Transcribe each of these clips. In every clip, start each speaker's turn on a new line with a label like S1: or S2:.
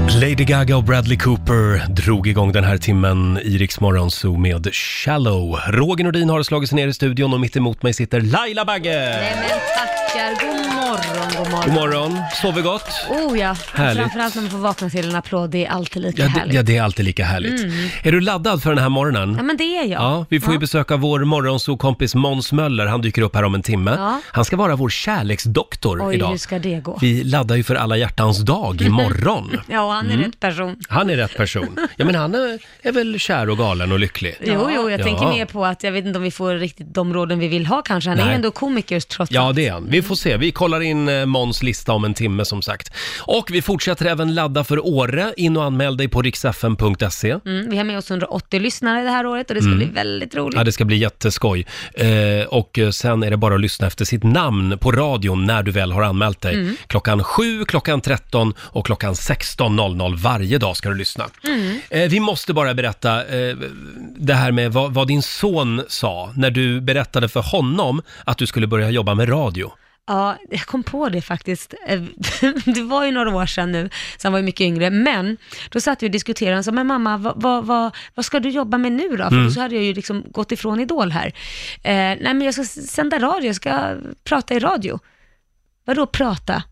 S1: Lady Gaga och Bradley Cooper drog igång den här timmen i Rix Morgon Zoo med Shallow. Roger Nordin har slagit sig ner i studion och mitt emot mig sitter Laila Bagge!
S2: Nej men tackar, god morgon, god morgon.
S1: God morgon, sover gott?
S2: Oh ja,
S1: Härligt.
S2: framförallt när man får vakna till en applåd, det är alltid lika
S1: Ja, det,
S2: härligt. Mm.
S1: ja, det är alltid lika härligt. Är du laddad för den här morgonen?
S2: Ja men det är jag.
S1: Ja, vi får ju besöka vår morgonsokompis Måns Möller. Han dyker upp här om en timme.
S2: Ja.
S1: Han ska vara vår kärleksdoktor
S2: Oj,
S1: idag.
S2: hur ska det gå?
S1: Vi laddar ju för alla hjärtans dag imorgon. Mm.
S2: Ja, han är rätt person.
S1: Han är rätt person. Ja, men han är, är väl kär och galen och lycklig.
S2: Jo, jo, jag
S1: Ja.
S2: tänker mer på att jag vet inte om vi får riktigt de råden vi vill ha kanske. Han är
S1: Nej.
S2: ju ändå komiker trots
S1: Ja,
S2: allt.
S1: det är han. Vi får se. Vi kollar in eh, Måns lista om en timme som sagt. Och vi fortsätter även ladda för Åre. In och anmäl dig på riksfn.se.
S2: Mm, vi har med oss 180 lyssnare det här året och det
S1: Mm.
S2: ska bli väldigt roligt.
S1: Ja, det ska bli jätteskoj. Eh, och eh, sen är det bara att lyssna efter sitt namn på radion när du väl har anmält dig. Klockan 7, klockan 13 och klockan 16.00 varje dag ska du lyssna.
S2: Mm.
S1: Eh, vi måste bara berätta eh, det här med vad, vad din son sa när du berättade för honom att du skulle börja jobba med radio.
S2: Ja, jag kom på det faktiskt. Eh, Det var ju några år sedan nu, så han var ju mycket yngre. Men då satt vi och diskuterade, han sa, men mamma, vad, vad, vad, vad ska du jobba med nu då? För så hade jag ju liksom gått ifrån Idol här. Eh, nej, men jag ska s- sända radio, jag ska prata i radio. Vadå prata?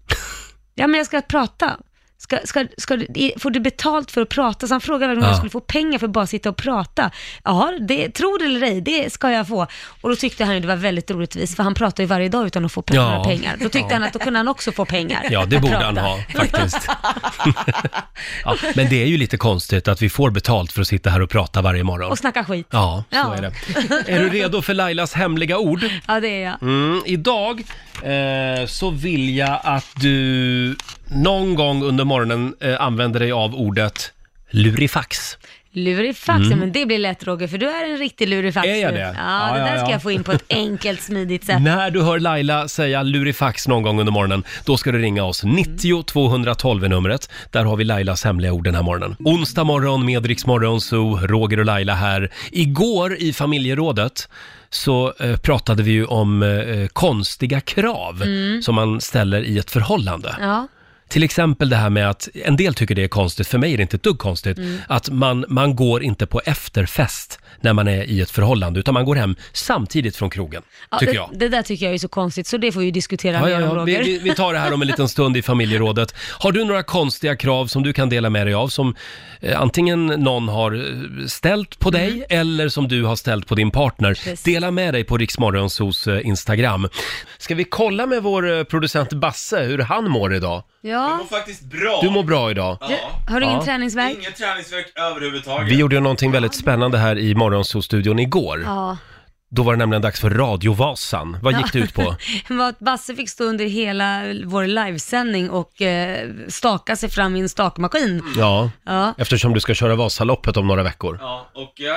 S2: Ja, men jag ska prata. Ska, ska, ska, du- i- får du betalt för att prata? Så han frågade verkligen om
S1: Ja.
S2: jag skulle få pengar för att bara sitta och prata. Ja, det, tror det eller ej, det ska jag få. Och då tyckte han ju det var väldigt orättvist, för han pratar ju varje dag utan att få pe-
S1: Ja.
S2: några pengar. Då tyckte han att då kunde han också få pengar.
S1: Ja, det
S2: att
S1: borde
S2: prata.
S1: han ha faktiskt. ja, men det är ju lite konstigt att vi får betalt för att sitta här och prata varje morgon.
S2: Och snacka skit. Ja,
S1: Ja, så
S2: Ja.
S1: är det. Är du redo för Lailas hemliga ord?
S2: det är jag.
S1: Mm, idag eh, så vill jag att du någon gång under morgonen eh, använder dig av ordet lurifax.
S2: Lurifax, ja, men det blir lätt Roger, för du är en riktig lurifax
S1: Mm. Är jag
S2: nu.
S1: det?
S2: Ja,
S1: Ja,
S2: det
S1: ja,
S2: där
S1: ja.
S2: ska jag få in på ett enkelt, smidigt sätt.
S1: När du hör Laila säga lurifax någon gång under morgonen, då ska du ringa oss.
S2: Mm.
S1: 90 212 är numret. Där har vi Lailas hemliga ord den här morgonen. Onsdag morgon med Rix Morgon Zoo, Roger och Laila här. Igår i familjerådet så eh, pratade vi ju om eh, konstiga krav som man ställer i ett förhållande.
S2: Mm. Ja,
S1: Till exempel det här med att en del tycker det är konstigt, för mig är det inte ett dugg konstigt,
S2: Mm.
S1: att man, man går inte på efterfest när man är i ett förhållande, utan man går hem samtidigt från krogen,
S2: ja
S1: tycker
S2: det,
S1: jag.
S2: det där tycker jag är så konstigt, så det får vi ju diskutera
S1: Ja,
S2: mer
S1: ja,
S2: om
S1: ja. Vi,
S2: Roger.
S1: vi, vi tar det här om en liten stund i familjerådet. Har du några konstiga krav som du kan dela med dig av som eh, antingen någon har eh, ställt på dig eller som du har ställt på din partner?
S2: Mm. Precis.
S1: Dela med dig på Riksmorgonsos eh, Instagram. Ska vi kolla med vår eh, producent Basse hur han mår idag?
S3: Jag
S2: Ja,
S3: mår faktiskt bra.
S1: Du mår bra idag?
S3: Ja.
S2: har du ingen
S1: Ja.
S2: träningsvärk?
S3: Inget träningsvärk överhuvudtaget.
S1: Vi gjorde ju någonting väldigt spännande här i Morgonzoo-studion igår.
S2: Ja,
S1: Då var det nämligen dags för Radiovasan. Vad gick det ut på?
S2: var att Basse fick stå under hela vår livesändning och eh, staka sig fram i en stakmaskin.
S1: Ja,
S2: Ja,
S1: eftersom du ska köra Vasaloppet om några veckor.
S3: Ja, och jag,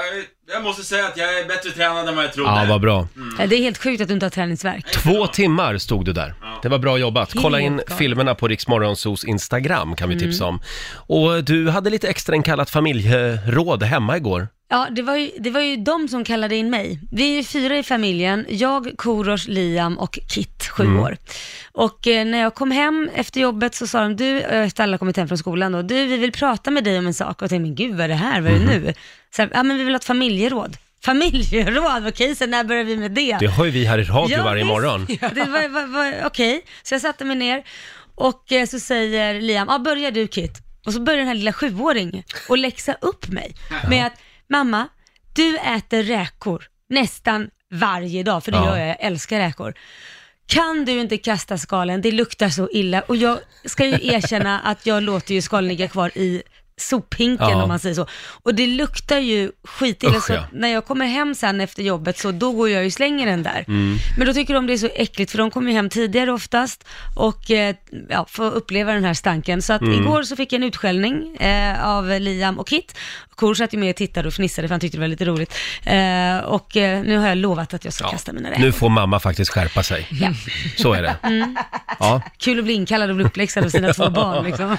S3: jag måste säga att jag är bättre tränad än vad jag trodde.
S1: Ja, vad bra.
S2: Eh, det är helt sjukt att du inte har träningsvärk.
S1: Två timmar stod du där. Det var bra jobbat.
S2: Helt Mm.
S1: Kolla in
S2: galet.
S1: filmerna på Rix Morgonzoos Instagram kan vi tipsa om. Och du hade lite extra inkallat familjeråd hemma igår.
S2: Ja, det var, ju, det var ju de som kallade in mig. Vi är ju fyra i familjen, jag, Korosh, Liam och Kit, sju
S4: Mm.
S2: år. Och eh, när jag kom hem efter jobbet så sa de, du, eh, efter alla kommit hem från skolan då, du, vi vill prata med dig om en sak. Och jag tänkte, men gud vad är det här, vad är det nu? Så här, ja men vi vill ha ett familjeråd. Familjeråd, okej, så när börjar vi med det?
S1: Det har ju vi här i radio varje
S2: visst.
S1: morgon.
S2: Det var, var, var, Okej, så jag satte mig ner och eh, så säger Liam, ah, börja du Kit. Och så börjar den här lilla sjuåringen och läxa upp mig med att mamma, du äter räkor nästan varje dag, för det
S1: Ja.
S2: gör jag, jag älskar räkor. Kan du inte kasta skalen, det luktar så illa. Och jag ska ju erkänna att jag låter ju skalen ligga kvar i sophinken
S1: Ja.
S2: om man säger så. Och det luktar ju skitilla.
S1: Usch,
S2: så
S1: ja.
S2: när jag kommer hem sen efter jobbet så då går jag ju och slänger den där.
S1: Mm.
S2: Men då tycker de det är så äckligt för de kommer ju hem tidigare oftast och eh, ja, får uppleva den här stanken. Så att
S1: Mm.
S2: igår så fick jag en utskällning eh, av Liam och Kit. Kor satt ju med och tittade och fnissade för han tyckte det var lite roligt. Eh, och eh, nu har jag lovat att jag ska kasta mina räkor.
S1: Nu får mamma faktiskt skärpa sig.
S2: Ja. Mm.
S1: Så är det. Ja.
S2: Kul att bli inkallad och bli uppläxad av sina två barn liksom.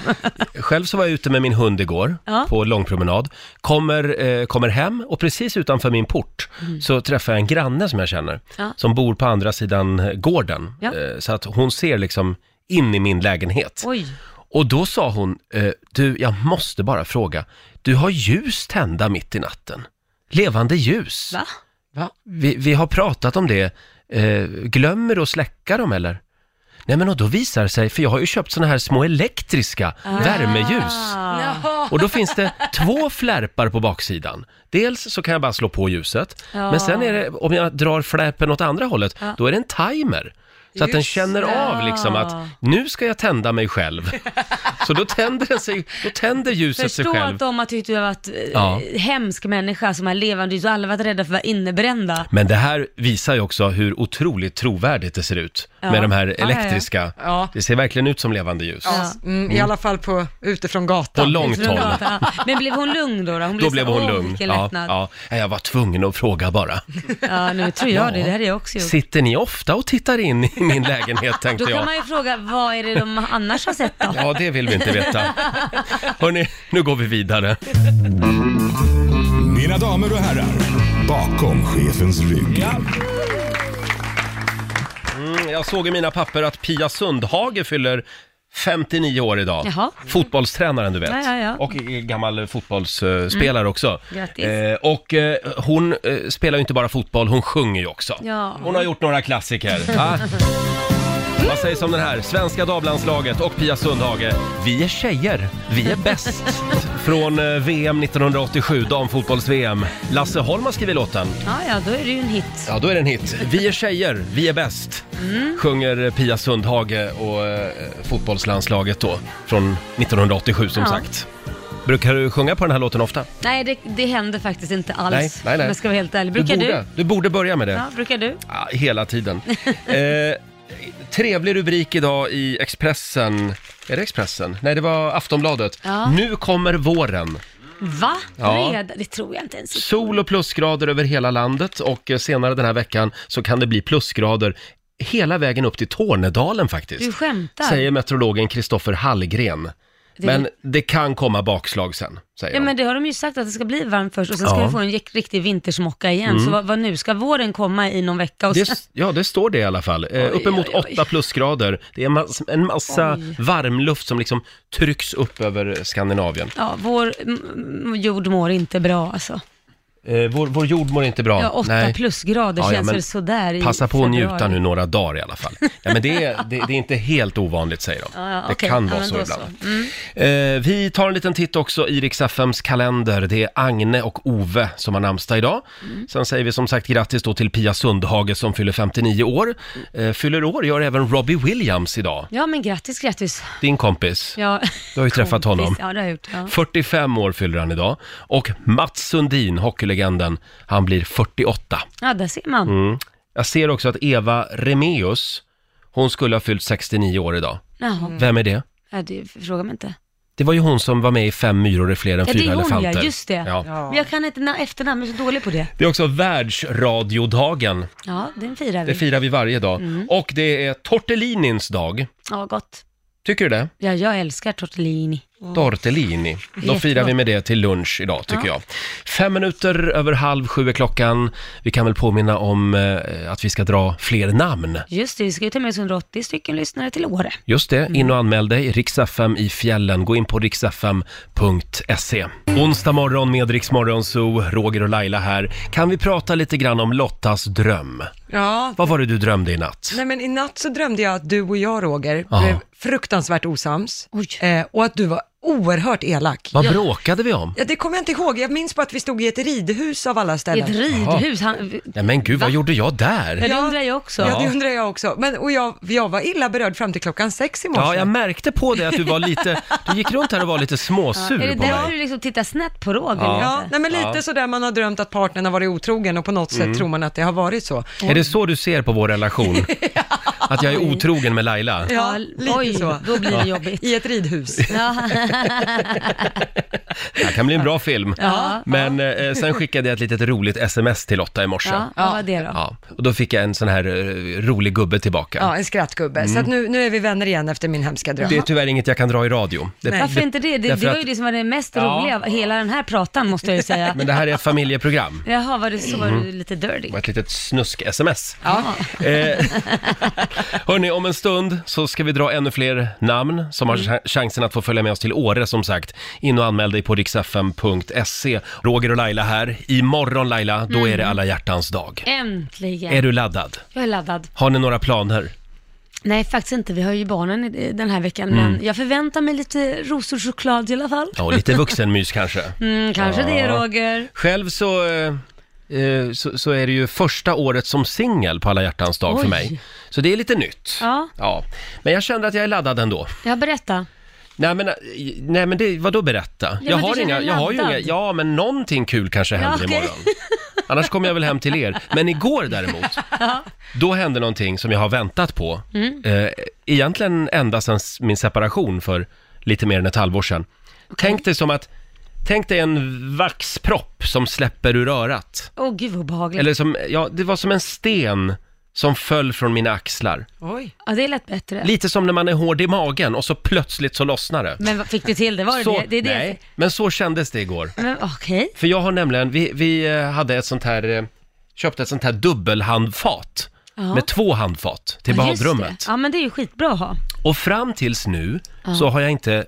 S1: Själv så var jag ute med min hund igår
S2: Ja.
S1: på långpromenad. Kommer, eh, kommer hem och precis utanför min port så träffar jag en granne som jag känner.
S2: Mm. Ja.
S1: Som bor på andra sidan eh, gården.
S2: Ja.
S1: Eh, så att hon ser liksom in i min lägenhet.
S2: Oj,
S1: Och då sa hon, eh, du, jag måste bara fråga, du har ljus tända mitt i natten? Levande ljus?
S2: Va?
S1: Vi, vi har pratat om det, eh, glömmer du att släcka dem eller? Nej men och då visar det sig, för jag har ju köpt såna här små elektriska
S2: Ah.
S1: värmeljus.
S4: Jaha.
S1: Och då finns det två flärpar på baksidan. Dels så kan jag bara slå på ljuset,
S2: Ja.
S1: men sen är det, om jag drar flärpen åt andra hållet, då är det en timer. Så att den
S4: Just
S1: känner
S4: det.
S1: av liksom att nu ska jag tända mig själv. Så då tänder, den sig, då tänder ljuset sig
S2: Förstå
S1: själv.
S2: att de har tyckt du har varit eh,
S1: Ja.
S2: hemsk människa som har levande ljus och alla har varit rädda för att vara innebrända.
S1: Men det här visar ju också hur otroligt trovärdigt det ser ut
S2: Ja.
S1: med de här
S4: ja, ja.
S1: elektriska.
S4: Ja.
S1: Det ser verkligen ut som levande ljus.
S4: Ja, mm, I alla fall på, utifrån
S1: På
S4: gatan.
S1: långt håll.
S2: Ja. Men blev hon lugn då? då? Hon
S1: Då
S2: så-
S1: blev hon
S2: åh,
S1: lugn.
S2: Vilken
S1: Ja,
S2: lättnad. Ja,
S1: ja. Nej, Jag var tvungen att fråga bara.
S2: nu tror jag det.
S1: Ja.
S2: Det hade jag också gjort.
S1: Sitter ni ofta och tittar in i min lägenhet
S2: Då
S1: tänkte
S2: kan
S1: jag.
S2: man ju fråga, vad är det de annars har sett då?
S1: Ja, det vill vi inte veta. Hörni, nu går vi vidare.
S5: Mina damer och herrar, bakom chefens rygg.
S1: Mm, jag såg i mina papper att Pia Sundhage fyller 59 år idag.
S2: Jaha.
S1: Mm. Fotbollstränaren du vet.
S2: Ja, ja, ja. Mm.
S1: Och gammal fotbollsspelare också.
S2: Grattis.
S1: Eh, och eh, hon eh, spelar ju inte bara fotboll, hon sjunger ju också.
S2: Ja.
S1: Hon har gjort några klassiker. Va? Vad sägs om den här? Svenska damlandslaget och Pia Sundhage. Vi är tjejer, vi är bäst. Från eh, VM 1987, damfotbolls-VM. Lasse Holm har skrivit låten.
S2: Ja, ja, då är det ju en hit. Mm.
S1: Ja, då är det en hit. Vi är tjejer, vi är bäst. Sjunger Pia Sundhage och eh, fotbollslandslaget då, från 1987 som
S2: Ja.
S1: sagt. Brukar du sjunga på den här låten ofta?
S2: Nej, det, det händer faktiskt inte alls.
S1: Nej, nej, nej.
S2: Om jag ska vara helt ärlig. Brukar du?
S1: borde, du borde börja med det.
S2: Ja, brukar du?
S1: Ja, hela tiden. Eh, trevlig rubrik idag i Expressen. Är det Expressen? Nej, det var Aftonbladet.
S2: Ja.
S1: Nu kommer våren.
S2: Va?
S1: Ja.
S2: Redan? Det tror jag inte ens.
S1: Sol och plusgrader över hela landet och eh, senare den här veckan så kan det bli plusgrader hela vägen upp till Tornedalen faktiskt.
S2: Du skämtar?
S1: Säger meteorologen Kristoffer Hallgren.
S2: Det-
S1: Men det kan komma bakslag sen, säger
S2: Ja
S1: de.
S2: men det har de ju sagt att det ska bli varmt först och sen ska
S1: Ja. Mm.
S2: vi få en jäk- riktig vintersmocka igen. Så vad, vad nu, ska våren komma i någon vecka? Och sen...
S1: Det, ja, det står det i alla fall. Eh, uppemot
S2: oj, oj.
S1: 8 plusgrader. Det är en, mass, en massa
S2: Oj.
S1: varmluft som liksom trycks upp över Skandinavien.
S2: Ja, vår mm, jord mår inte bra alltså.
S1: Eh, vår, vår jord mår inte bra.
S2: Ja, åtta
S1: Nej.
S2: plusgrader
S1: Ja, ja,
S2: känns
S1: men
S2: väl sådär i
S1: Passa på att
S2: februari.
S1: njuta nu några dagar i alla fall. Ja, men det, är, det, det är inte helt ovanligt säger de.
S2: Ja, ja,
S1: det
S2: okej.
S1: kan
S2: Ja,
S1: vara
S2: men
S1: så
S2: då
S1: ibland.
S2: så. Mm.
S1: Eh, vi tar en liten titt också i Rix FMs kalender. Det är Agne och Ove som har namnsdag idag.
S2: Mm.
S1: Sen säger vi som sagt grattis då till Pia Sundhage som fyller 59 år. Eh, fyller år gör även Robbie Williams idag.
S2: Ja men grattis, grattis.
S1: Din kompis.
S2: Ja.
S1: Du har ju träffat honom.
S2: Ja det har jag gjort. Ja.
S1: 45 år fyller han idag. Och Mats Sundin, hockeylegenden, han blir 48.
S2: ja, där ser man.
S1: Mm. Jag ser också att Eva Remeus, hon skulle ha fyllt 69 år idag.
S2: Jaha.
S1: Vem är det?
S2: Ja, du frågar mig inte.
S1: Det var ju hon som var med i Fem myror är fler än
S2: Ja, det
S1: fyra
S2: är hon, ja.
S1: elefanter.
S2: Just det.
S1: Ja.
S2: Men jag kan inte na- efternamn, jag är så dålig på det.
S1: Det är också världsradiodagen.
S2: Ja, den firar vi. Mm.
S1: Det firar vi varje dag. Och det är tortellinins dag.
S2: ja, gott.
S1: Tycker du det?
S2: Ja, jag älskar tortellini.
S1: Mm. Tortellini. Då
S2: Jättebra.
S1: firar vi med det till lunch idag, tycker jag. Fem minuter över halv sju är klockan. Vi kan väl påminna om eh, att vi ska dra fler namn.
S2: Just det, vi ska ju ta med oss 180 stycken lyssnare till Åre.
S1: Just
S2: Mm.
S1: det, in och anmäl dig. Riks-FM i fjällen. Gå in på riksfm.se. Onsdag morgon med Rix Morgon Zoo, Roger och Laila här. Kan vi prata lite grann om Lottas dröm?
S4: Ja.
S1: Vad var det du drömde i natt?
S4: Nej men i natt så drömde jag att du och jag Roger
S1: Ja.
S4: blev fruktansvärt osams
S2: Oj.
S4: eh, och att du var oerhört elak.
S1: Vad bråkade vi om?
S4: Ja, det kommer jag inte ihåg. Jag minns bara att vi stod i ett ridhus av alla
S2: I
S4: ställen.
S2: ett ridhus. Han,
S1: Nej men gud, vad gjorde jag där?
S2: ja, det undrar jag också.
S4: Ja,
S1: Ja.
S4: det undrar jag också. Men, och jag, jag var illa berörd fram till klockan sex i morse.
S1: Ja, jag märkte på dig att du var lite... Du gick runt här och var lite
S2: Är
S1: småsur
S2: det
S1: på
S2: därför
S1: mig.
S2: du liksom tittar snett på Roger?
S1: Ja.
S2: eller
S4: Ja,
S2: inte?
S4: nej, men lite
S1: Ja. Mm.
S4: sådär man har drömt att partnern har varit otrogen och på något sätt tror man att det har varit så.
S1: Är det så du ser på vår relation? Att jag är otrogen med Laila?
S4: Ja,
S2: Ja,
S4: lite
S2: oj,
S4: så.
S2: då blir det jobbigt.
S4: I ett ridhus.
S2: Ja.
S1: Det här kan bli en bra film.
S2: Ja.
S1: Men eh, sen skickade jag ett litet roligt sms till Lotta i morse.
S2: Ja, vad var det då?
S1: Ja, och då fick jag en sån här eh, rolig gubbe tillbaka.
S4: Ja, en skrattgubbe. Så att nu, nu är vi vänner igen efter min hemska dröm.
S1: Mm. Det är tyvärr inget jag kan dra i radio. Det,
S2: Varför inte det? Det, det
S1: därför
S2: var ju
S1: att-
S2: det som var det mest
S1: Ja.
S2: roliga av hela den här pratan, måste jag ju säga.
S1: Men Mm. det här är ett familjeprogram.
S2: Jaha, var det så? Var du lite dirty?
S1: Det var ett litet snusk-sms.
S4: Ja.
S1: Eh, Hörni, om en stund så ska vi dra ännu fler namn som har
S2: Mm.
S1: cha- chansen att få följa med oss till Åre som sagt. In och anmäl dig på riksfm.se. Roger och Laila här. Imorgon Laila, då är det
S2: Mm.
S1: alla hjärtans dag.
S2: Äntligen.
S1: Är du laddad?
S2: Jag är laddad.
S1: Har ni några planer?
S2: Nej, faktiskt inte. Vi har ju barnen i- i den här veckan, men jag förväntar mig lite rosor och choklad i alla fall.
S1: Mm. Ja, lite vuxenmys kanske.
S2: Mm, kanske det, Roger.
S1: Själv så, eh, eh, så, så är det ju första året som singel på alla hjärtans dag för
S2: Oj.
S1: mig. Så det är lite nytt.
S2: Ja.
S1: ja. Men jag känner att jag är laddad ändå.
S2: Jag berätta.
S1: Nej men, eh, nej, men det, vadå berätta? jag,
S2: men du
S1: har
S2: känner
S1: inga,
S2: dig
S1: jag har ju
S2: laddad.
S1: inga, ja men någonting kul kanske händer
S2: okej.
S1: imorgon. Annars kommer jag väl hem till er. Men igår däremot, då hände någonting som jag har väntat på.
S2: Mm.
S1: Eh, egentligen ända sedan s- min separation för lite mer än ett halvår sedan. Tänk dig som att, tänk dig en vaxpropp som släpper ur örat.
S2: Åh, gud vad obehagligt.
S1: Eller som, ja det var som en sten som föll från mina axlar.
S4: Oj.
S2: Ja, det lät bättre.
S1: Lite som när man är hård i magen och så plötsligt så lossnar det.
S2: Men vad fick du till det? Var det
S1: Så,
S2: det? det, är det.
S1: nej, men så kändes det igår.
S2: Men okej.
S1: För jag har nämligen, vi, vi eh, hade ett sånt här, eh, köpte ett sånt här dubbelhandfat.
S2: Ja.
S1: Med två handfat till
S2: Ja, just
S1: badrummet.
S2: det. Ja, men det är ju skitbra att ha.
S1: Och fram tills nu så har jag inte,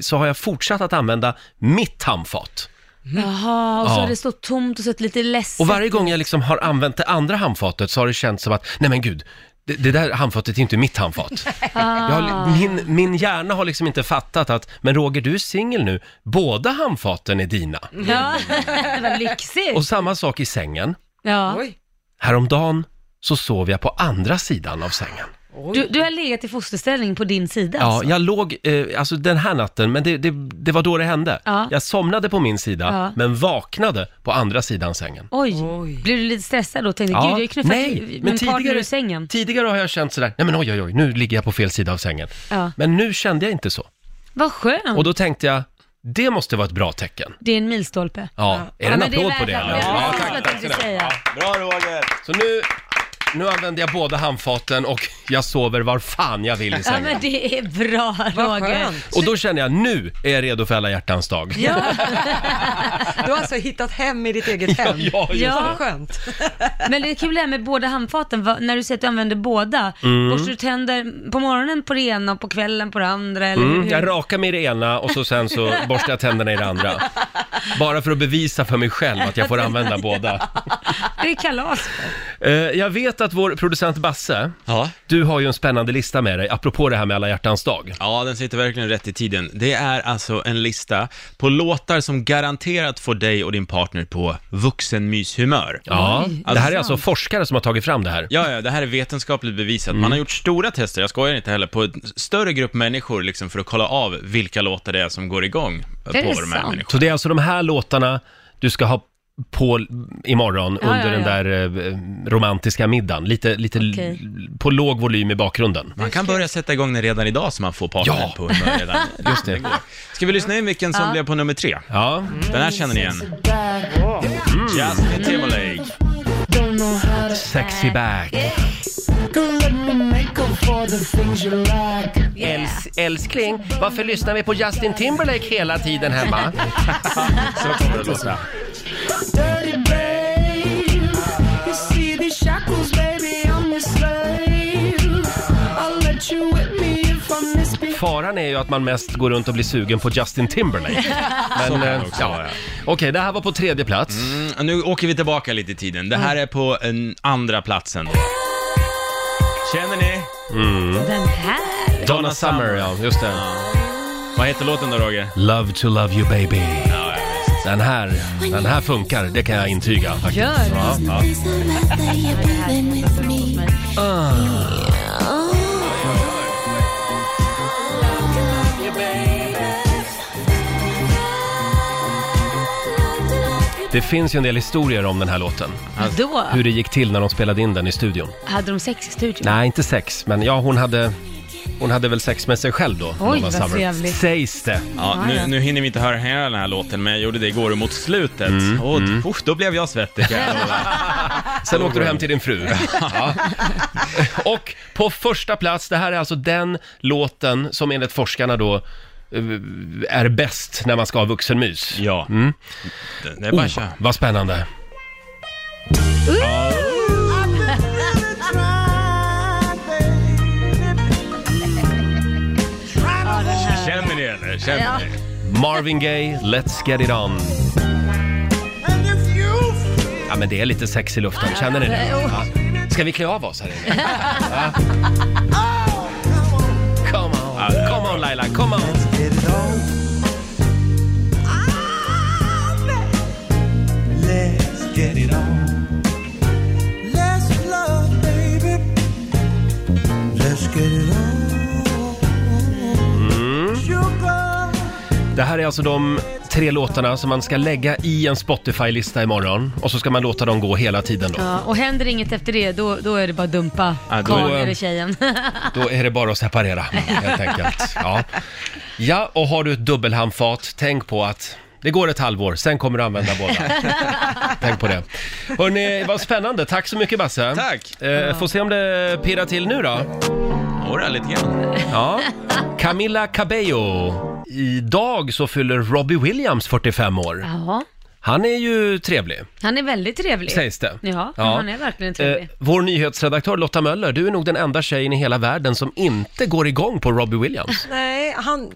S1: så har jag fortsatt att använda mitt handfat.
S4: Mm.
S2: Jaha, och så
S1: Ja.
S2: har det stått tomt och sett lite ledset.
S1: Och varje gång jag liksom har använt det andra handfatet så har det känts som att, nej men gud, det, det där handfatet är inte mitt handfat. Jag
S2: Ah.
S1: har, min, min hjärna har liksom inte fattat att, men Roger du är singel nu, båda handfaten är dina.
S2: Ja, vad lyxigt.
S1: Och samma sak i sängen.
S2: ja.
S4: Oj.
S1: Häromdagen så sov jag på andra sidan av sängen.
S2: du, du har legat i fosterställning på din sida
S1: Ja,
S2: alltså?
S1: jag låg, eh, alltså den här natten, men det, det, det var då det hände.
S2: Ja.
S1: Jag somnade på min sida,
S2: Ja.
S1: men vaknade på andra sidan sängen.
S2: Oj.
S4: Oj.
S2: blev du lite stressad då och tänkte, gud jag har ju knuffat
S1: nej, men
S2: min partner
S1: tidigare,
S2: ur sängen?
S1: tidigare har jag känt sådär, nej men oj oj oj, nu ligger jag på fel sida av sängen.
S2: Ja.
S1: Men nu kände jag inte så.
S2: Vad skönt.
S1: Och då tänkte jag, det måste vara ett bra tecken.
S2: Det är en milstolpe.
S1: Ja, är det en
S2: men
S1: applåd
S2: är
S1: på det?
S2: värt-
S1: eller?
S2: Ja, precis vad jag tänkte säga.
S3: Bra Roger!
S1: Så nu, nu använder jag båda handfaten och jag sover var fan jag vill i
S2: Ja,
S1: sängen.
S2: men det är bra
S4: Vad
S2: Roger.
S4: skönt.
S1: Och då känner jag, nu är jag redo för alla hjärtans dag.
S2: Ja,
S1: typ-
S4: Du har alltså hittat hem i ditt eget hem.
S1: Ja, just
S2: Ja.
S1: det.
S4: Vad skönt.
S2: men det är kul det här med båda handfaten, Va- när du säger att du använder båda,
S1: Mm.
S2: borstar du tänder på morgonen på det ena och på kvällen på det andra? Eller
S1: Mm,
S2: hur?
S1: jag rakar mig i det ena och så sen så borstar jag tänderna i det andra. Bara för att bevisa för mig själv att jag får använda båda.
S2: Det är kalas.
S1: Eh, jag vet att vår producent Basse,
S3: Ja.
S1: du har ju en spännande lista med dig, apropå det här med alla hjärtans dag.
S3: ja, den sitter verkligen rätt i tiden. Det är alltså en lista på låtar som garanterat får dig och din partner på vuxenmyshumör.
S1: Ja, det här är
S2: sant.
S1: alltså forskare som har tagit fram det här.
S3: Ja, ja, det här är vetenskapligt bevisat. Man har gjort stora tester, jag skojar inte heller, på en större grupp människor liksom, för att kolla av vilka låtar det är som går igång på
S2: det
S3: de här
S2: sant?
S3: människorna.
S1: Så det är alltså de här låtarna du ska ha på imorgon
S2: Ja,
S1: under
S2: ja,
S1: den
S2: ja.
S1: där eh, romantiska middagen. Lite, lite l-
S2: Okej.
S1: på låg volym i bakgrunden.
S3: Man kan börja sätta igång den redan idag så man får partnern
S1: Ja.
S3: på humör redan. Just det. går. Ska vi lyssna in vilken som blev på nummer tre?
S1: Ja,
S3: Den här känner ni igen. Justin Timberlake.
S1: sexy back. Äls- älskling, varför lyssnar vi på Justin Timberlake hela tiden hemma?
S3: Så kommer det att låta.
S1: Faran är ju att man mest går runt och blir sugen på Justin Timberlake. Men, eh, ja. Okej, det här var på tredje plats.
S3: Mm, nu åker vi tillbaka lite i tiden. Det här är på en andra platsen. Känner ni? Mm.
S2: Den här.
S1: Donna Summer, ja, just det.
S3: Vad heter låten då Roger?
S1: Love to love you baby. Den här, den här funkar, det kan jag intyga faktiskt.
S2: Gör det.
S1: Ja, ja. Ah. Det finns ju en del historier om den här låten.
S2: Då
S1: Hur det gick till när de spelade in den i studion.
S2: hade de sex i studion.
S1: Nej, inte sex, men ja, hon hade... Hon hade väl sex med sig själv då, Donna
S2: vad
S1: Summer.
S2: trevligt.
S1: Sägs det.
S3: Ja, nu, nu hinner vi inte höra hela den här låten, men jag gjorde det igår mot slutet. Och usch, då blev jag svettig kan jag lova.
S1: Mm, Sen åkte du hem till din fru. Ja. Och på första plats, det här är alltså den låten som enligt forskarna då eh, är bäst när man ska ha vuxenmys. Mm.
S3: Ja. Det, det är bara
S1: Oh,
S3: att köra.
S1: vad spännande.
S6: I've been really trying,
S3: dig, känner
S2: Ja.
S3: dig.
S1: Marvin Gaye, Let's Get It On. Ja, men det är lite sex i luften, känner ni det? Ja. Ska vi klä av oss här inne? Ja. Ah, Come on, come on Laila, come on! Mm. Det här är alltså de tre låtarna som man ska lägga i en Spotify-lista imorgon och så ska man låta dem gå hela tiden då.
S2: Ja, och händer inget efter det, då, då är det bara att dumpa
S3: Ja, då-
S2: karln eller tjejen.
S1: Då är det bara att separera helt enkelt. Ja. ja, och har du ett dubbelhandfat, tänk på att det går ett halvår, sen kommer du använda båda. Tänk på det. Hörrni, vad spännande. Tack så mycket Basse.
S3: Tack.
S1: Eh, får se om det pirrar till nu då.
S3: Några lite grann.
S1: Ja. Camilla Cabello. Idag så fyller Robbie Williams 45 år.
S2: ja,
S1: Han är ju trevlig,
S2: han är väldigt trevlig.
S1: sägs det.
S2: Ja, han är verkligen trevlig.
S1: Eh, vår nyhetsredaktör Lotta Möller, du är nog den enda tjejen i hela världen som inte går igång på Robbie Williams.
S4: Nej, han,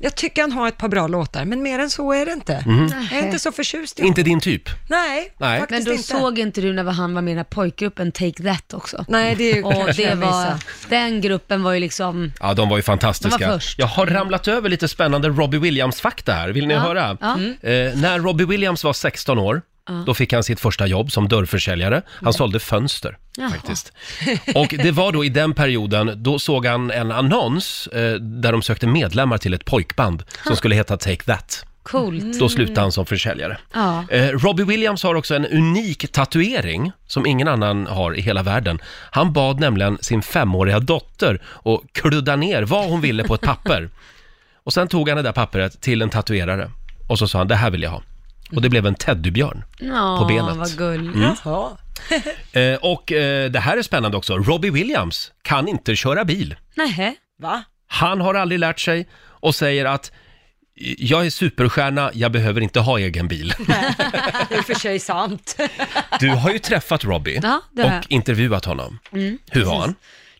S4: jag tycker han har ett par bra låtar, men mer än så är det inte. Jag är inte så förtjust i honom.
S1: Mhm. Inte din typ.
S4: Nej,
S1: Nej.
S4: faktiskt
S2: Men då
S4: inte.
S2: såg inte du när han var med i den här pojkgruppen Take That också?
S4: Nej, det är ju
S2: Och
S4: kanske
S2: det
S4: en
S2: var,
S4: visa.
S2: den gruppen var ju liksom,
S1: Ja, de var ju fantastiska.
S2: De var först.
S1: Jag har ramlat över lite spännande Robbie Williams-fakta här. Vill ni
S2: Ja,
S1: höra?
S2: ja.
S1: Eh, när Robbie Williams var 16 år, då fick han sitt första jobb som dörrförsäljare. Han
S2: Mm.
S1: sålde fönster.
S2: Jaha.
S1: Faktiskt. Och det var då i den perioden, då såg han en annons eh, där de sökte medlemmar till ett pojkband som skulle heta Take That.
S2: coolt.
S1: Då slutade han som försäljare.
S2: Ja.
S1: Eh, Robbie Williams har också en unik tatuering som ingen annan har i hela världen. Han bad nämligen sin femåriga dotter att kludda ner vad hon ville på ett papper. Och sen tog han det där pappret till en tatuerare och så sa han det här vill jag ha. Och det blev en teddybjörn.
S2: Ja,
S1: På benet. Mm.
S2: vad gulligt.
S4: Jaha.
S1: Eh, och eh, det här är spännande också. Robbie Williams kan inte köra bil.
S2: Nähä.
S4: Va?
S1: Han har aldrig lärt sig och säger att jag är superstjärna, jag behöver inte ha egen bil.
S4: Det är i och för sig sant.
S1: Du har ju träffat Robbie
S2: Ja, det har
S1: och
S2: jag.
S1: intervjuat honom.
S2: Mm.
S1: Hur var han?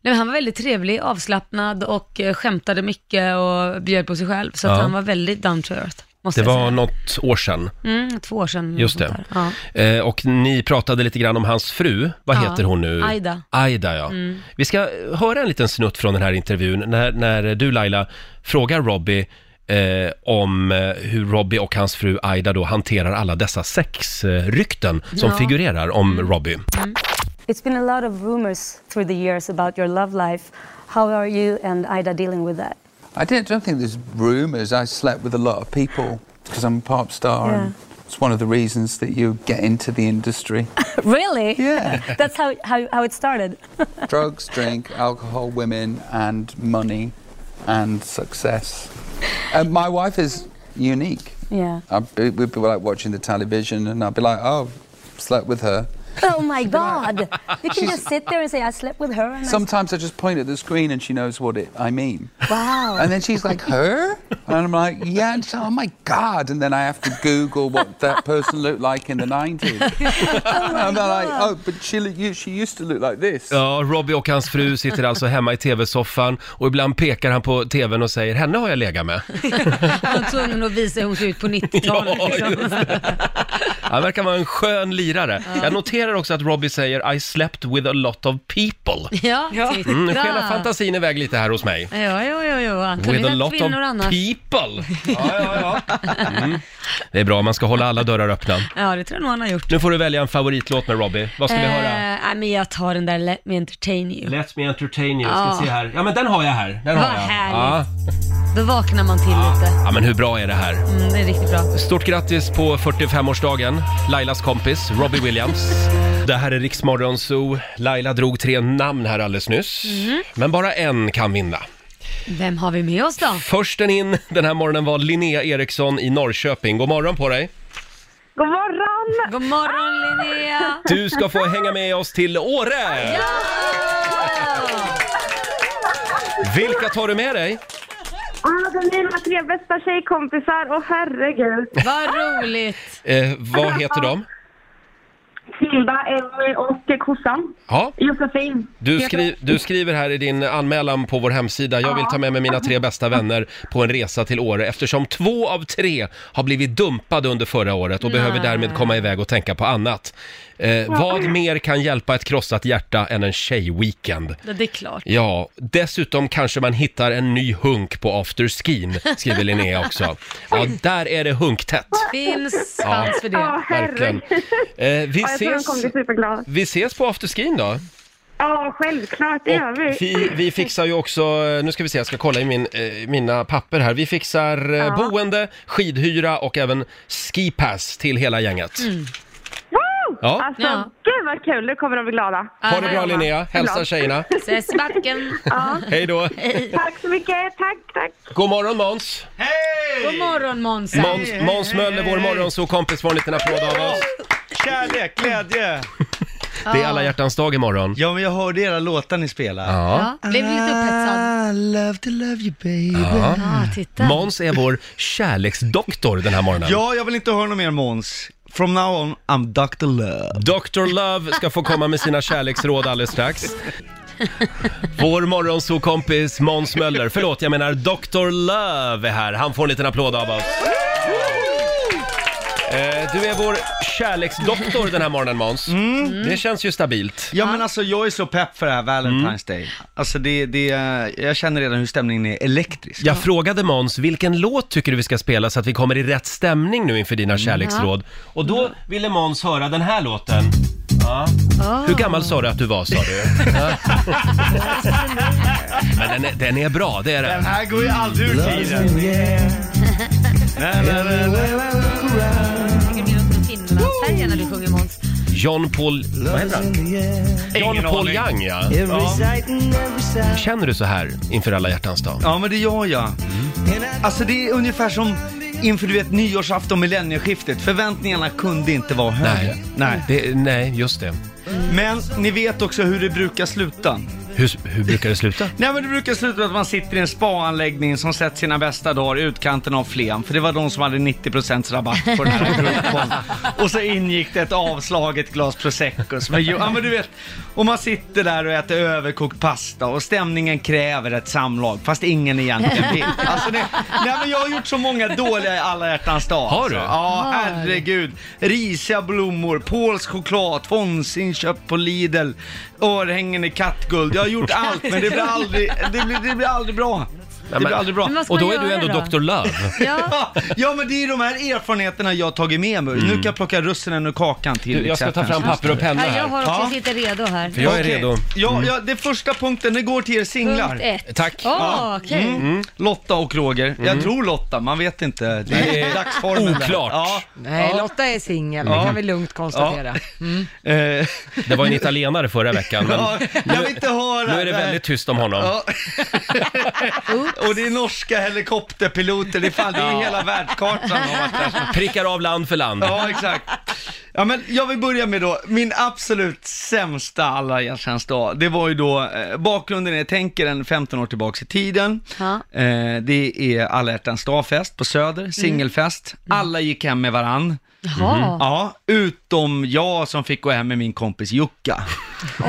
S2: Nej, men han var väldigt trevlig, avslappnad och eh, skämtade mycket och bjöd på sig själv. Så
S1: Ja.
S2: att han var väldigt down to earth, måste
S1: Det
S2: jag
S1: var
S2: säga.
S1: något år sedan.
S2: Mm, två år sedan. eller
S1: Just
S2: något
S1: det.
S2: sånt där. Ja.
S1: Eh, och ni pratade lite grann om hans fru. Vad
S2: Ja,
S1: heter hon nu?
S2: Aida. Mm.
S1: Aida, ja. Vi ska höra en liten snutt från den här intervjun när, när du Laila frågar Robbie eh, om eh, hur Robbie och hans fru Aida då hanterar alla dessa sexrykten som
S2: Ja. Mm.
S1: figurerar om Robbie.
S6: It's been a lot of rumors through the years about your love life. How are you and Ida dealing with that?
S7: I don't, don't think there's rumours. I slept with a lot of people because I'm a pop star, and it's one of the reasons that you get into the industry.
S6: Really?
S7: Yeah.
S6: That's how, how, how it started.
S7: Drugs, drink, alcohol, women, and money, and success. And my wife is unique.
S6: Yeah.
S7: I, we'd be like watching the television, and I'd be like, "Oh, slept with her."
S6: Oh my God. You can just sit there and say, I slept with her. And I-
S7: Sometimes I just point at the screen, and she knows what it, I mean.
S6: wow.
S7: And then she's like, her? And I'm like, yeah. And she's like, oh my God. And then I have to Google what that person looked like in the 90s. and they're like, oh, but she, look- you- she used to look like this.
S1: Ja, Robbie och hans fru sitter alltså hemma i tv-soffan och ibland pekar han på tvn och säger henne har jag legat med.
S2: Han var tvungen att visa hur hon såg ut på 90-talet.
S1: Ja,
S2: liksom.
S1: Han verkar vara en skön lirare. Jag noterar också att Robbie säger I slept with a lot of people. Mm,
S2: ja, ja. titta.
S1: Nu skenar fantasin iväg lite här hos mig.
S2: Ja, jo, jo, jo. Han
S1: With
S2: kunde
S1: a
S2: ju ha
S1: lot of
S2: kvinnor annars.
S1: people. Ja, ja, ja. Mm. Det är bra, man ska hålla alla dörrar öppna.
S2: Ja, det tror jag nog han har gjort.
S1: Nu får du välja en favoritlåt med Robbie. Vad ska vi höra?
S2: Eh, nej, men jag tar den där Let Me Entertain You.
S1: Let me entertain you.
S2: Ska se
S1: här. Ja, men den har jag här. Den
S2: Vad
S1: har jag.
S2: härligt. Då vaknar man till lite.
S1: Ja. ja, men hur bra är det här?
S2: Mm, det är riktigt bra.
S1: Stort grattis på 45-årsdagen, Lailas kompis Robbie Williams. Det här är Riksmorgon Zoo. Laila drog tre namn här alldeles nyss,
S2: Mhm.
S1: men bara en kan vinna.
S2: Vem har vi med oss då?
S1: Försten in den här morgonen var Linnea Eriksson i Norrköping. God morgon på dig!
S8: God morgon!
S2: God morgon Linnea!
S1: Du ska få hänga med oss till Åre! Vilka tar du med dig?
S8: Ah, det är mina tre bästa tjejkompisar och herregud.
S2: Vad roligt!
S1: Eh, vad heter de?
S8: Hilda, Emmy och kossan.
S1: Ja,
S8: Josefin.
S1: du,
S8: heter
S1: skri du skriver här i din anmälan på vår hemsida, jag vill ta med mig mina tre bästa vänner på en resa till Åre eftersom två av tre har blivit dumpade under förra året och behöver därmed komma iväg och tänka på annat. Eh, vad mer kan hjälpa ett krossat hjärta än en tjejweekend?
S2: Ja, Det är klart.
S1: Ja, dessutom kanske man hittar en ny hunk på afterskin, skriver Linnea också. Ja, där är det hunktätt.
S2: Finns
S1: Ja.
S2: chans för det.
S8: Ja,
S1: Verkligen.
S8: herregud.
S1: Eh, vi,
S8: Ja, jag tror hon kommer bli
S1: ses,
S8: superglad.
S1: vi ses på afterskin då.
S8: Ja, självklart, det gör
S1: Och
S8: vi.
S1: vi, vi fixar ju också, eh, nu ska vi se, jag ska kolla i min, eh, mina papper här. Vi fixar eh, boende, skidhyra och även skipass till hela gänget.
S8: Mm. Woo!
S1: Ja.
S8: Alltså,
S2: Mm. Ja.
S8: gud vad kul, nu kommer de bli glada.
S1: Ha det bra Linnea, hälsa
S8: Glad.
S1: tjejerna.
S2: Ses i backen.
S8: Ja.
S1: Hej då.
S8: Tack så mycket, tack, tack.
S1: God morgon Måns.
S2: God morgon Månsa.
S1: Måns, Måns Möller, vår morgonsåkompis, får en liten applåd av oss.
S9: Kärlek, glädje!
S1: Det är alla hjärtans dag imorgon.
S9: Ja, men jag hörde era låtar ni spelar.
S1: Ja.
S2: Ja, blev du lite upphetsad?
S9: I love to love you baby.
S2: Ja, titta.
S1: Måns är vår kärleksdoktor den här morgonen.
S9: Ja, jag vill inte höra något mer Måns. From now on, I'm Dr. Love.
S1: Dr. Love ska få komma med sina kärleksråd alldeles strax. Vår morgonsokompis Måns Möller, förlåt jag menar Dr. Love är här. Han får en liten applåd av oss. Eh, Du är vår kärleksdoktor den här morgonen Måns. Det känns ju stabilt.
S9: Mm. Ja men alltså jag är så pepp för det här
S1: Mm.
S9: Valentine's Day. Alltså det, det, eh, jag känner redan hur stämningen är elektrisk.
S1: Jag frågade Måns, vilken låt tycker du vi ska spela så att vi kommer i rätt stämning nu inför dina kärleksråd? Och då ville Måns höra den här låten. Ja. Hur gammal sa du att du var, sa du? Ja. Men den är, den är bra, det är den.
S9: Den här går ju aldrig ur tiden. Na, na, na, na, na.
S2: Det blir upp med Finlandsfärja när du sjunger Måns.
S1: John Paul... Vad heter han? John
S9: Ingen
S1: Paul
S9: aning.
S1: Young, ja. Känner du så här inför alla hjärtans dag?
S9: Ja men det gör jag. Alltså det är ungefär som inför du vet nyårsafton, millennieskiftet. Förväntningarna kunde inte vara högre.
S1: Nej.
S9: Nej.
S1: Det, nej, just det.
S9: Men ni vet också hur det brukar sluta.
S1: Hur, hur brukar det sluta?
S9: Nej men det brukar sluta med att man sitter i en spaanläggning som sett sina bästa dagar i utkanten av Flen, för det var de som hade 90% rabatt på den här gruppen. Och så ingick det ett avslaget glas prosecco som är ju, ja men du vet, och man sitter där och äter överkokt pasta och stämningen kräver ett samlag, fast ingen egentligen vill. Alltså det, nej men jag har gjort så många dåliga i alla hjärtans dag.
S1: Har
S9: alltså.
S1: du?
S9: Ja, herregud. Risiga blommor, polsk choklad, Fonsinköp på Lidl, örhängen i kattguld. Jag har gjort allt men det blir aldrig, det blir, det blir aldrig bra. Det blir
S1: men-
S9: aldrig bra.
S2: Men vad ska
S1: Och då
S2: man
S1: är du
S2: göra
S1: ändå
S2: då?
S1: Dr. Love.
S2: Ja,
S9: Ja men det är ju de här erfarenheterna jag har tagit med mig. Nu kan jag plocka russinen ur kakan till
S1: Mm. Du, jag ska ta fram papper och penna
S2: ja, jag
S1: här.
S2: har också
S9: Ja.
S2: sitter redo här.
S1: För jag är
S9: Okej.
S1: redo. Mm.
S9: Ja, ja, det första punkten, det går till er singlar.
S2: Punkt ett.
S1: Tack.
S2: Åh,
S9: Ja.
S2: okej.
S9: Mm. Lotta och Roger. Jag tror Lotta, man vet inte. Det
S1: är
S9: är dagsformen. där.
S1: oklart.
S9: Ja.
S4: Nej, Lotta är singel, det kan vi lugnt konstatera. Mm.
S9: Eh,
S1: Det var en italienare förra veckan, men
S9: ja, jag vill inte höra.
S1: nu är det väldigt tyst om honom.
S9: Ja. och det är norska helikopterpiloter, det är fan, det är hela världskartan. har varit där.
S1: Prickar av land för land.
S9: Ja, exakt. Ja, men jag vill börja med då, min absolut sämsta alla hjärtans dag, det var ju då, eh, bakgrunden är, tänker en 15 år tillbaks i tiden,
S2: Ja. Mm.
S9: eh, det är alla hjärtans dag-fest på Söder, singelfest, alla gick hem med varann, Mhm.
S2: Jaha,
S9: ja, utom jag som fick gå hem med min kompis Jukka.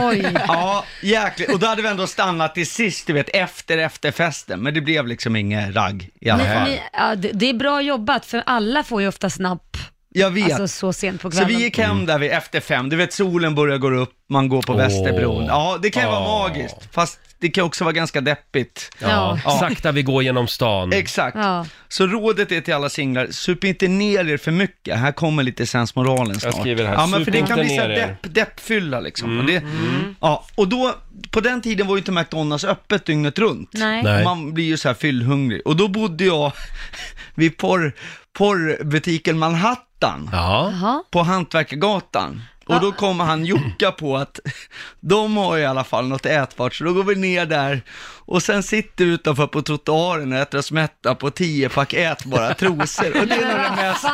S2: oj.
S9: Ja, jäkligt. Och då hade vi ändå stannat till sist, du vet, efter efterfesten. Men det blev liksom ingen ragg i alla
S2: Ni,
S9: fall.
S2: ni, ja, det, det är bra jobbat, för alla får ju ofta snapp,
S9: Jag vet.
S2: alltså så sent på
S9: så
S2: kvällen. Mm.
S9: vi gick hem där vid efter fem, du vet solen börjar gå upp, man går på Västerbron. Ja, det kan ju vara
S1: Åh.
S9: magiskt, fast det kan också vara ganska deppigt.
S1: Ja.
S2: Ja.
S1: Sakta vi går genom stan.
S9: Exakt.
S2: Ja.
S9: Så rådet är till alla singlar, sup inte ner er för mycket. Här kommer lite sensmoralen snart.
S1: skriver här,
S9: ja, men
S1: sup
S9: för det
S1: inte
S9: kan bli så här
S1: ner er. Mm.
S9: depp, deppfylla liksom. Och, det,
S2: Mm.
S9: ja, och då, på den tiden var ju inte McDonalds öppet dygnet runt.
S2: Nej.
S1: Nej.
S9: Och Man blir ju så här fyllhungrig. Och då bodde jag vid porr, porrbutiken Manhattan
S1: Ja.
S2: Jaha.
S9: på Hantverkargatan. Och då kom han Jocka på att de har i alla fall något ätbart, så då går vi ner där och sen sitter vi utanför på trottoaren och äter oss mätta på 10-pack ätbara trosor. Och det är nog det mest,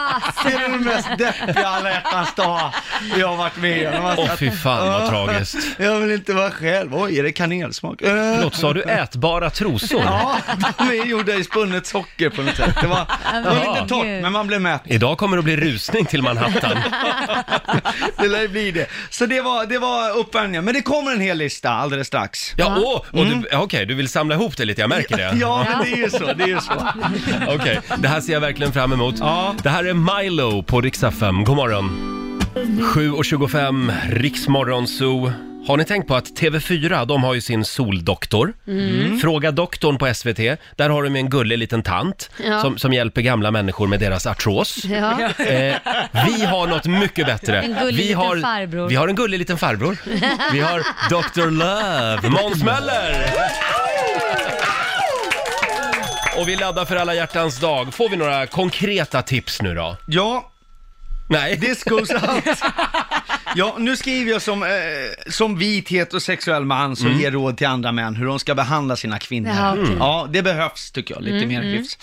S9: det är nog det mest deppiga alla hjärtans dag jag har varit med om. Man
S1: Åh
S9: satt-
S1: fy fan vad
S9: Ja,
S1: tragiskt.
S9: Jag vill inte vara själv. Oj, är det kanelsmak? Eh.
S1: Förlåt, sa du ätbara trosor?
S9: Ja, de är gjorda i spunnet socker på något sätt. Det var, det var lite torrt, men man blev mätt.
S1: Idag kommer det att bli rusning till Manhattan.
S9: Det lär mig bli det. Så det var, det var uppvärmningen. Men det kommer en hel lista alldeles strax. Mm.
S1: Ja, åh, och du,
S2: Mm.
S1: okej, du vill samla ihop det lite, jag märker det.
S9: Ja, men det är ju så. Det är ju så.
S1: Okej, det här ser jag verkligen fram emot. Det här är Milo på Riksdag 5. God morgon. 7.25, Riksmorgon Zoo. Har ni tänkt på att TV4, de har ju sin soldoktor.
S2: Mm.
S1: Mm. Fråga doktorn på SVT. Där har de en gullig liten tant
S2: Ja.
S1: som, som hjälper gamla människor med deras artros.
S2: Ja.
S1: Eh, vi har något mycket bättre.
S2: En gullig
S1: vi
S2: liten
S1: har,
S2: farbror.
S1: Vi har en gullig liten farbror. Vi har Dr. Love, Måns Möller! Och vi laddar för alla hjärtans dag. Får vi några konkreta tips nu då?
S9: Ja,
S1: Nej.
S9: This goes out. Ja, nu skriver jag som, eh, som vit heterosexuell man som ger råd till andra män hur de ska behandla sina kvinnor.
S2: Ja, okej. Mm,
S9: Ja, det behövs tycker jag, lite mer hyfs.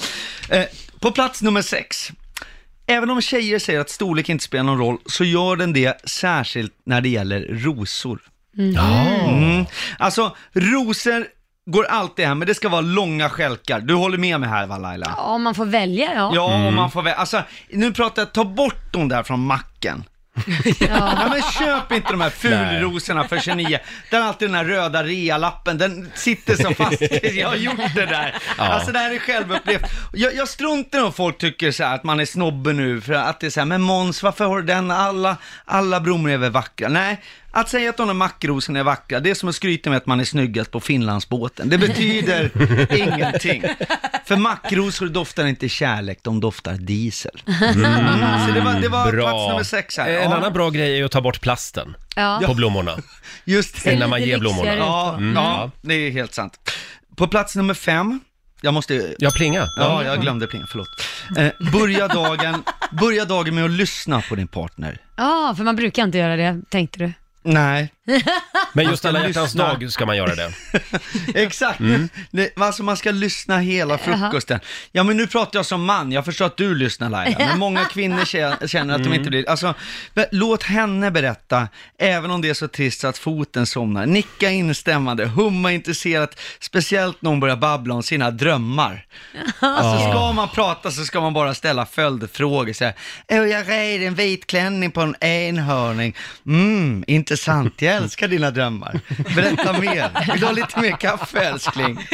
S9: Eh, på plats nummer sex. Även om tjejer säger att storlek inte spelar någon roll, så gör den det särskilt när det gäller rosor. Mm. Alltså, rosor går alltid hem, men det ska vara långa stjälkar. Du håller med mig här va Laila?
S2: Om man får välja, ja. Mm.
S9: Ja, och man får väl, alltså nu pratar jag, ta bort dem där från macken. ja. men köp inte de här fulrosorna för 29. Där är alltid den här röda realappen, den sitter så fast. Jag har gjort det där. Alltså det här är självupplevt. Jag, jag struntar i om folk tycker så här att man är snobbe nu för att det är så här, men Måns varför har du den? Alla, alla blommor är väl vackra? Nej, att säga att de där mackrosorna är vackra, det är som att skryta med att man är snyggast på Finlandsbåten. Det betyder ingenting. För mackrosor doftar inte kärlek, de doftar diesel. Så det var, det var plats nummer sex här.
S1: Mm. En
S9: Ja.
S1: annan bra grej är ju att ta bort plasten
S2: Ja.
S1: på blommorna.
S9: Just det.
S1: Innan man
S2: lite
S1: ger blommorna.
S2: lyxigare.
S9: Ja, ja, det är helt sant. På plats nummer fem, jag måste...
S1: Jag plinga.
S9: Ja, jag glömde plinga, förlåt. Eh, börja, dagen, börja dagen med att lyssna på din partner.
S2: Ja, för man brukar inte göra det, tänkte du.
S9: Nej,
S1: Men just
S9: Man ska
S1: alla hjärtans
S9: lyssna.
S1: dag ska man göra det. Mm.
S9: exakt. Det, alltså man ska lyssna hela frukosten. Ja men nu pratar jag som man, jag förstår att du lyssnar Laila, men många kvinnor kä- känner att de
S1: Mm.
S9: inte blir... Alltså, be- låt henne berätta, även om det är så trist så att foten somnar. Nicka instämmande, humma intresserat, speciellt när hon börjar babbla om sina drömmar. Alltså
S1: Ah.
S9: ska man prata så ska man bara ställa följdfrågor så här. Åh, jag red en vit klänning på en enhörning. Mm, intressant. Jag älskar dina drömmar. Berätta mer. Vill du ha lite mer kaffe älskling?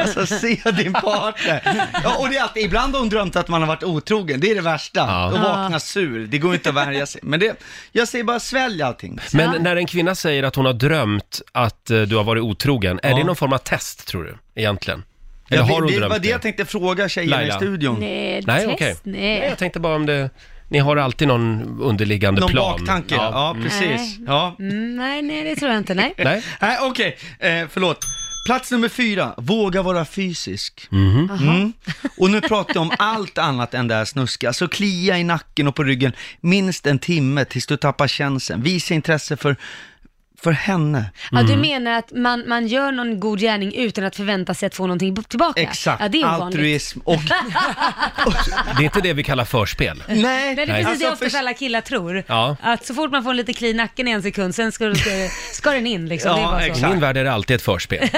S9: Alltså se din partner. Ja, och det är alltid, ibland har hon drömt att man har varit otrogen. Det är det värsta.
S1: Ja.
S9: Och vakna sur. Det går inte att värja sig. Men det, jag säger bara svälj allting.
S1: Men när en kvinna säger att hon har drömt att eh, du har varit otrogen, är det någon form av test tror du, egentligen? Eller
S9: Ja,
S1: har hon
S9: det, det
S1: drömt
S9: var det
S1: det?
S9: jag tänkte fråga tjejerna i
S1: Laila.
S9: studion.
S2: Nej,
S1: Nej,
S2: test,
S1: okej. Nej,
S2: nej.
S1: Jag tänkte bara om det... Ni har alltid någon underliggande
S9: Någon
S1: plan.
S9: baktanke? Ja, precis.
S2: Nej.
S9: Ja.
S2: Mm, nej, nej, det tror jag inte, nej.
S1: Nej?
S9: Nej, okej. Eh, förlåt. Plats nummer fyra, våga vara fysisk. Mm. Och nu pratar jag om allt annat än det här snuska. Så klia i nacken och på ryggen minst en timme tills du tappar känseln. Visa intresse för, för henne.
S2: Ja, du menar att man, man gör någon god gärning utan att förvänta sig att få någonting tillbaka?
S9: Exakt,
S2: Ja, det är ovanligt.
S9: altruism och...
S1: Det är inte det vi kallar förspel.
S9: Nej,
S2: Nej, det är precis det
S9: alltså,
S2: oftast
S9: för-
S2: alla killar tror.
S1: Ja.
S2: Att så fort man får en lite kli i nacken i en sekund, sen ska, ska, ska den in liksom.
S9: Ja,
S2: det är bara så.
S1: I
S9: exakt.
S1: min värld är det alltid ett förspel.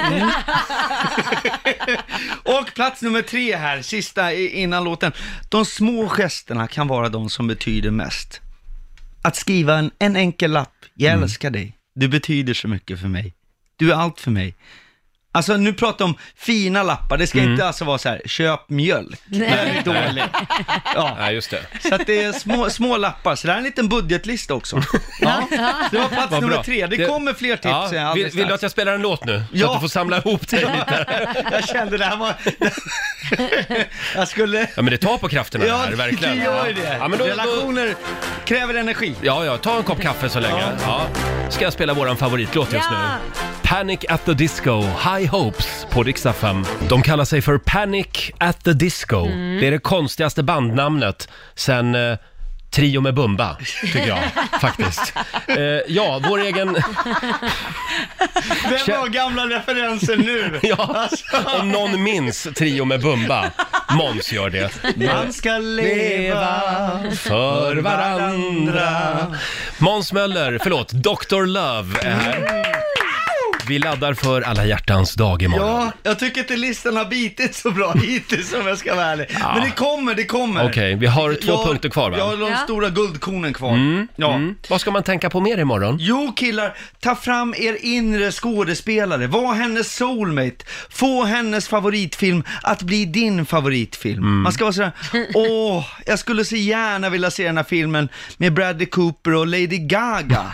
S9: Och plats nummer tre här, sista i- innan låten. De små gesterna kan vara de som betyder mest. Att skriva en, en enkel lapp, jag
S1: Mm.
S9: älskar dig, du betyder så mycket för mig, du är allt för mig. Alltså nu pratar jag om fina lappar, det
S1: Mm.
S9: ska inte alltså vara så här, köp mjölk, den är dålig. Ja.
S1: Nej, just det.
S9: Så att det är små, små lappar, så det här är en liten budgetlista också. Ja. Det var plats
S1: Vad bra.
S9: nummer tre, det kommer fler tips.
S1: Ja,
S9: eh, alldeles
S1: vill, vill du att jag spelar en låt nu? Så
S9: Ja.
S1: att du får samla ihop dig lite.
S9: jag kände det här var... jag skulle...
S1: Ja, men det tar på krafterna det här, verkligen.
S9: det gör ju det.
S1: Ja, men då, då,
S9: Relationer kräver energi.
S1: ja, ja, ta en kopp kaffe så länge. Ja. Ska jag spela våran favoritlåt just
S2: Ja.
S1: nu? Panic at the Disco, High Hopes på Riksdag 5. De kallar sig för Panic at the Disco. Det är det konstigaste bandnamnet sen eh, Trio med Bumba, tycker jag faktiskt. Eh, ja, vår egen...
S9: Vem har gamla referenser nu?
S1: Ja, om någon minns Trio med Bumba. Måns gör det.
S9: Man ska leva
S1: För varandra. Måns Möller, förlåt, Dr. Love är här. Vi laddar för alla hjärtans dag imorgon.
S9: Ja, jag tycker inte listan har bitit så bra hittills om jag ska vara ärlig. Men det kommer, det kommer.
S1: Okej, vi har två
S9: Jag-
S1: punkter kvar, va?
S9: Jag har de
S2: Ja.
S9: stora guldkornen kvar. Ja.
S1: Mm. Vad ska man tänka på mer imorgon?
S9: Jo killar, ta fram er inre skådespelare. Var hennes soulmate. Få hennes favoritfilm att bli din favoritfilm.
S1: Mm.
S9: Man ska vara sådär, åh, jag skulle så gärna vilja se den här filmen med Bradley Cooper och Lady Gaga.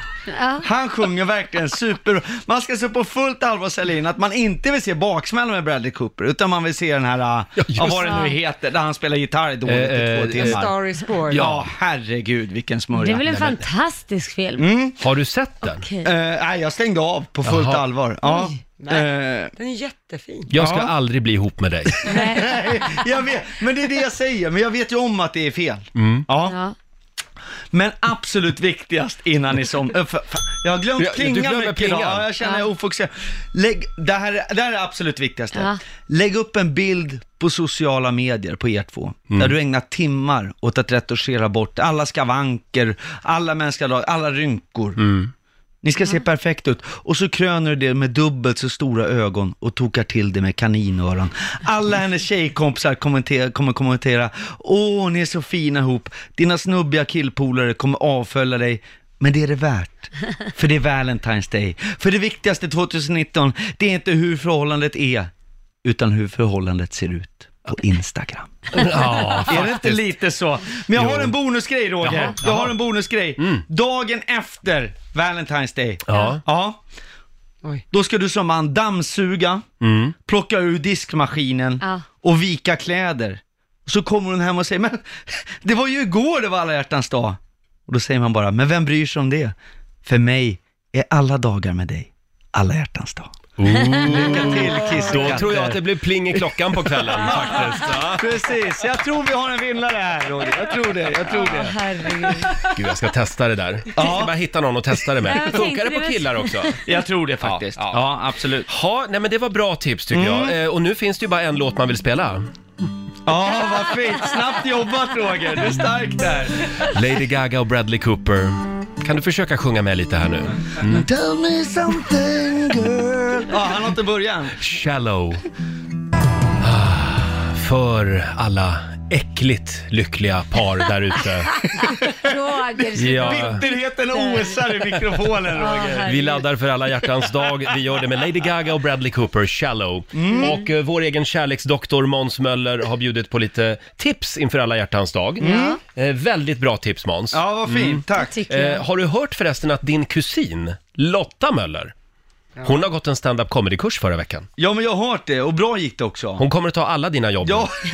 S9: Han sjunger verkligen super. Man ska så på fullt allvar sälja in att man inte vill se baksmällan med Bradley Cooper, utan man vill se den här, ah, ja, vad den nu heter, där han spelar gitarr
S1: Eh,
S9: dåligt i
S1: eh,
S9: två timmar.
S4: Star is born.
S9: Ja, herregud vilken smörja.
S2: Det är väl en
S9: Nej, men-
S2: fantastisk film?
S9: Mm.
S1: eh, Har du sett den?
S2: Okej.
S9: Eh, nej, jag stängde av på fullt
S1: Jaha.
S9: allvar. Ja. Eh,
S4: Den är jättefin.
S1: Jag ska
S9: Ja.
S1: aldrig bli ihop med dig.
S9: nej, jag vet, men det är det jag säger, men jag vet ju om att det är fel.
S1: Mm.
S9: Ja.
S2: Ja.
S9: Men absolut viktigast innan ni som... Äh, fa- fa- jag har
S1: Ja,
S9: glömt
S1: du
S9: plingan
S1: glömmer
S9: mycket
S1: plingan.
S9: idag. Ja, jag känner jag är ofokuserad. Lägg, det, här, är- det här är absolut viktigaste.
S2: Ja.
S9: Lägg upp en bild på sociala medier på er två, där du ägnar timmar åt att retuschera bort alla skavanker, alla mänskliga drag, alla rynkor. Ni ska se perfekt ut. Och så kröner du det med dubbelt så stora ögon och tokar till det med kaninöron. Alla hennes tjejkompisar kommenter- kommer kommentera. Åh, ni är så fina ihop. Dina snubbiga killpolare kommer avfölja dig. Men det är det värt. För det är Valentine's Day. För det viktigaste 2019, det är inte hur förhållandet är, utan hur förhållandet ser ut på Instagram.
S1: Ja,
S9: Är det inte lite så? Men jag har en bonusgrej Roger.
S1: Jaha, Mm.
S9: Jag har en bonusgrej. Dagen efter Valentine's Day.
S1: Ja.
S4: Oj.
S9: Då ska du som man dammsuga,
S1: Mm.
S9: plocka ur diskmaskinen
S2: Ja.
S9: och vika kläder. Så kommer hon hem och säger, men det var ju igår det var alla hjärtans dag. Och då säger man bara, men vem bryr sig om det? För mig är alla dagar med dig alla hjärtans dag. Lycka till kissekatter.
S1: Mm. Då tror jag att det blir pling i klockan på kvällen faktiskt. Ja.
S9: Precis, jag tror vi har en vinnare här Roger. Jag tror det, jag tror det.
S2: Herregud.
S1: Gud, jag ska testa det där. Jag ska bara hitta någon att testa det
S2: Ja,
S1: med.
S2: jag
S1: Funkar det
S2: tänkte
S1: på
S2: det.
S1: killar också?
S9: Jag tror det faktiskt.
S1: Ja,
S9: Ja,
S1: ja.
S9: absolut.
S1: Ja, nej men det var bra tips tycker jag. Eh, Och nu finns det ju bara en låt man vill spela.
S9: Ja, vad fint. Snabbt jobbat Roger. Du är stark där.
S1: Lady Gaga och Bradley Cooper. Kan du försöka sjunga med lite här nu? Mm.
S9: Tell me something girl. Ja, han har inte början.
S1: Shallow. Ah, För alla äckligt lyckliga par där ute.
S2: Roger.
S1: Ja.
S9: Bitterheten osar i mikrofonen
S2: Ja,
S9: Roger.
S2: herregud.
S1: Vi laddar för alla hjärtans dag. Vi gör det med Lady Gaga och Bradley Cooper, Shallow. Och eh, vår egen kärleksdoktor Måns Möller har bjudit på lite tips inför alla hjärtans dag. Eh, väldigt bra tips Måns.
S9: Ja, vad fint. Tack.
S2: Tycker jag.
S1: Eh, har du hört förresten att din kusin, Lotta Möller, hon har gått en stand-up comedy-kurs förra veckan.
S9: Ja, men jag har hört det och bra gick det också.
S1: Hon kommer att ta alla dina jobb.
S9: Ja,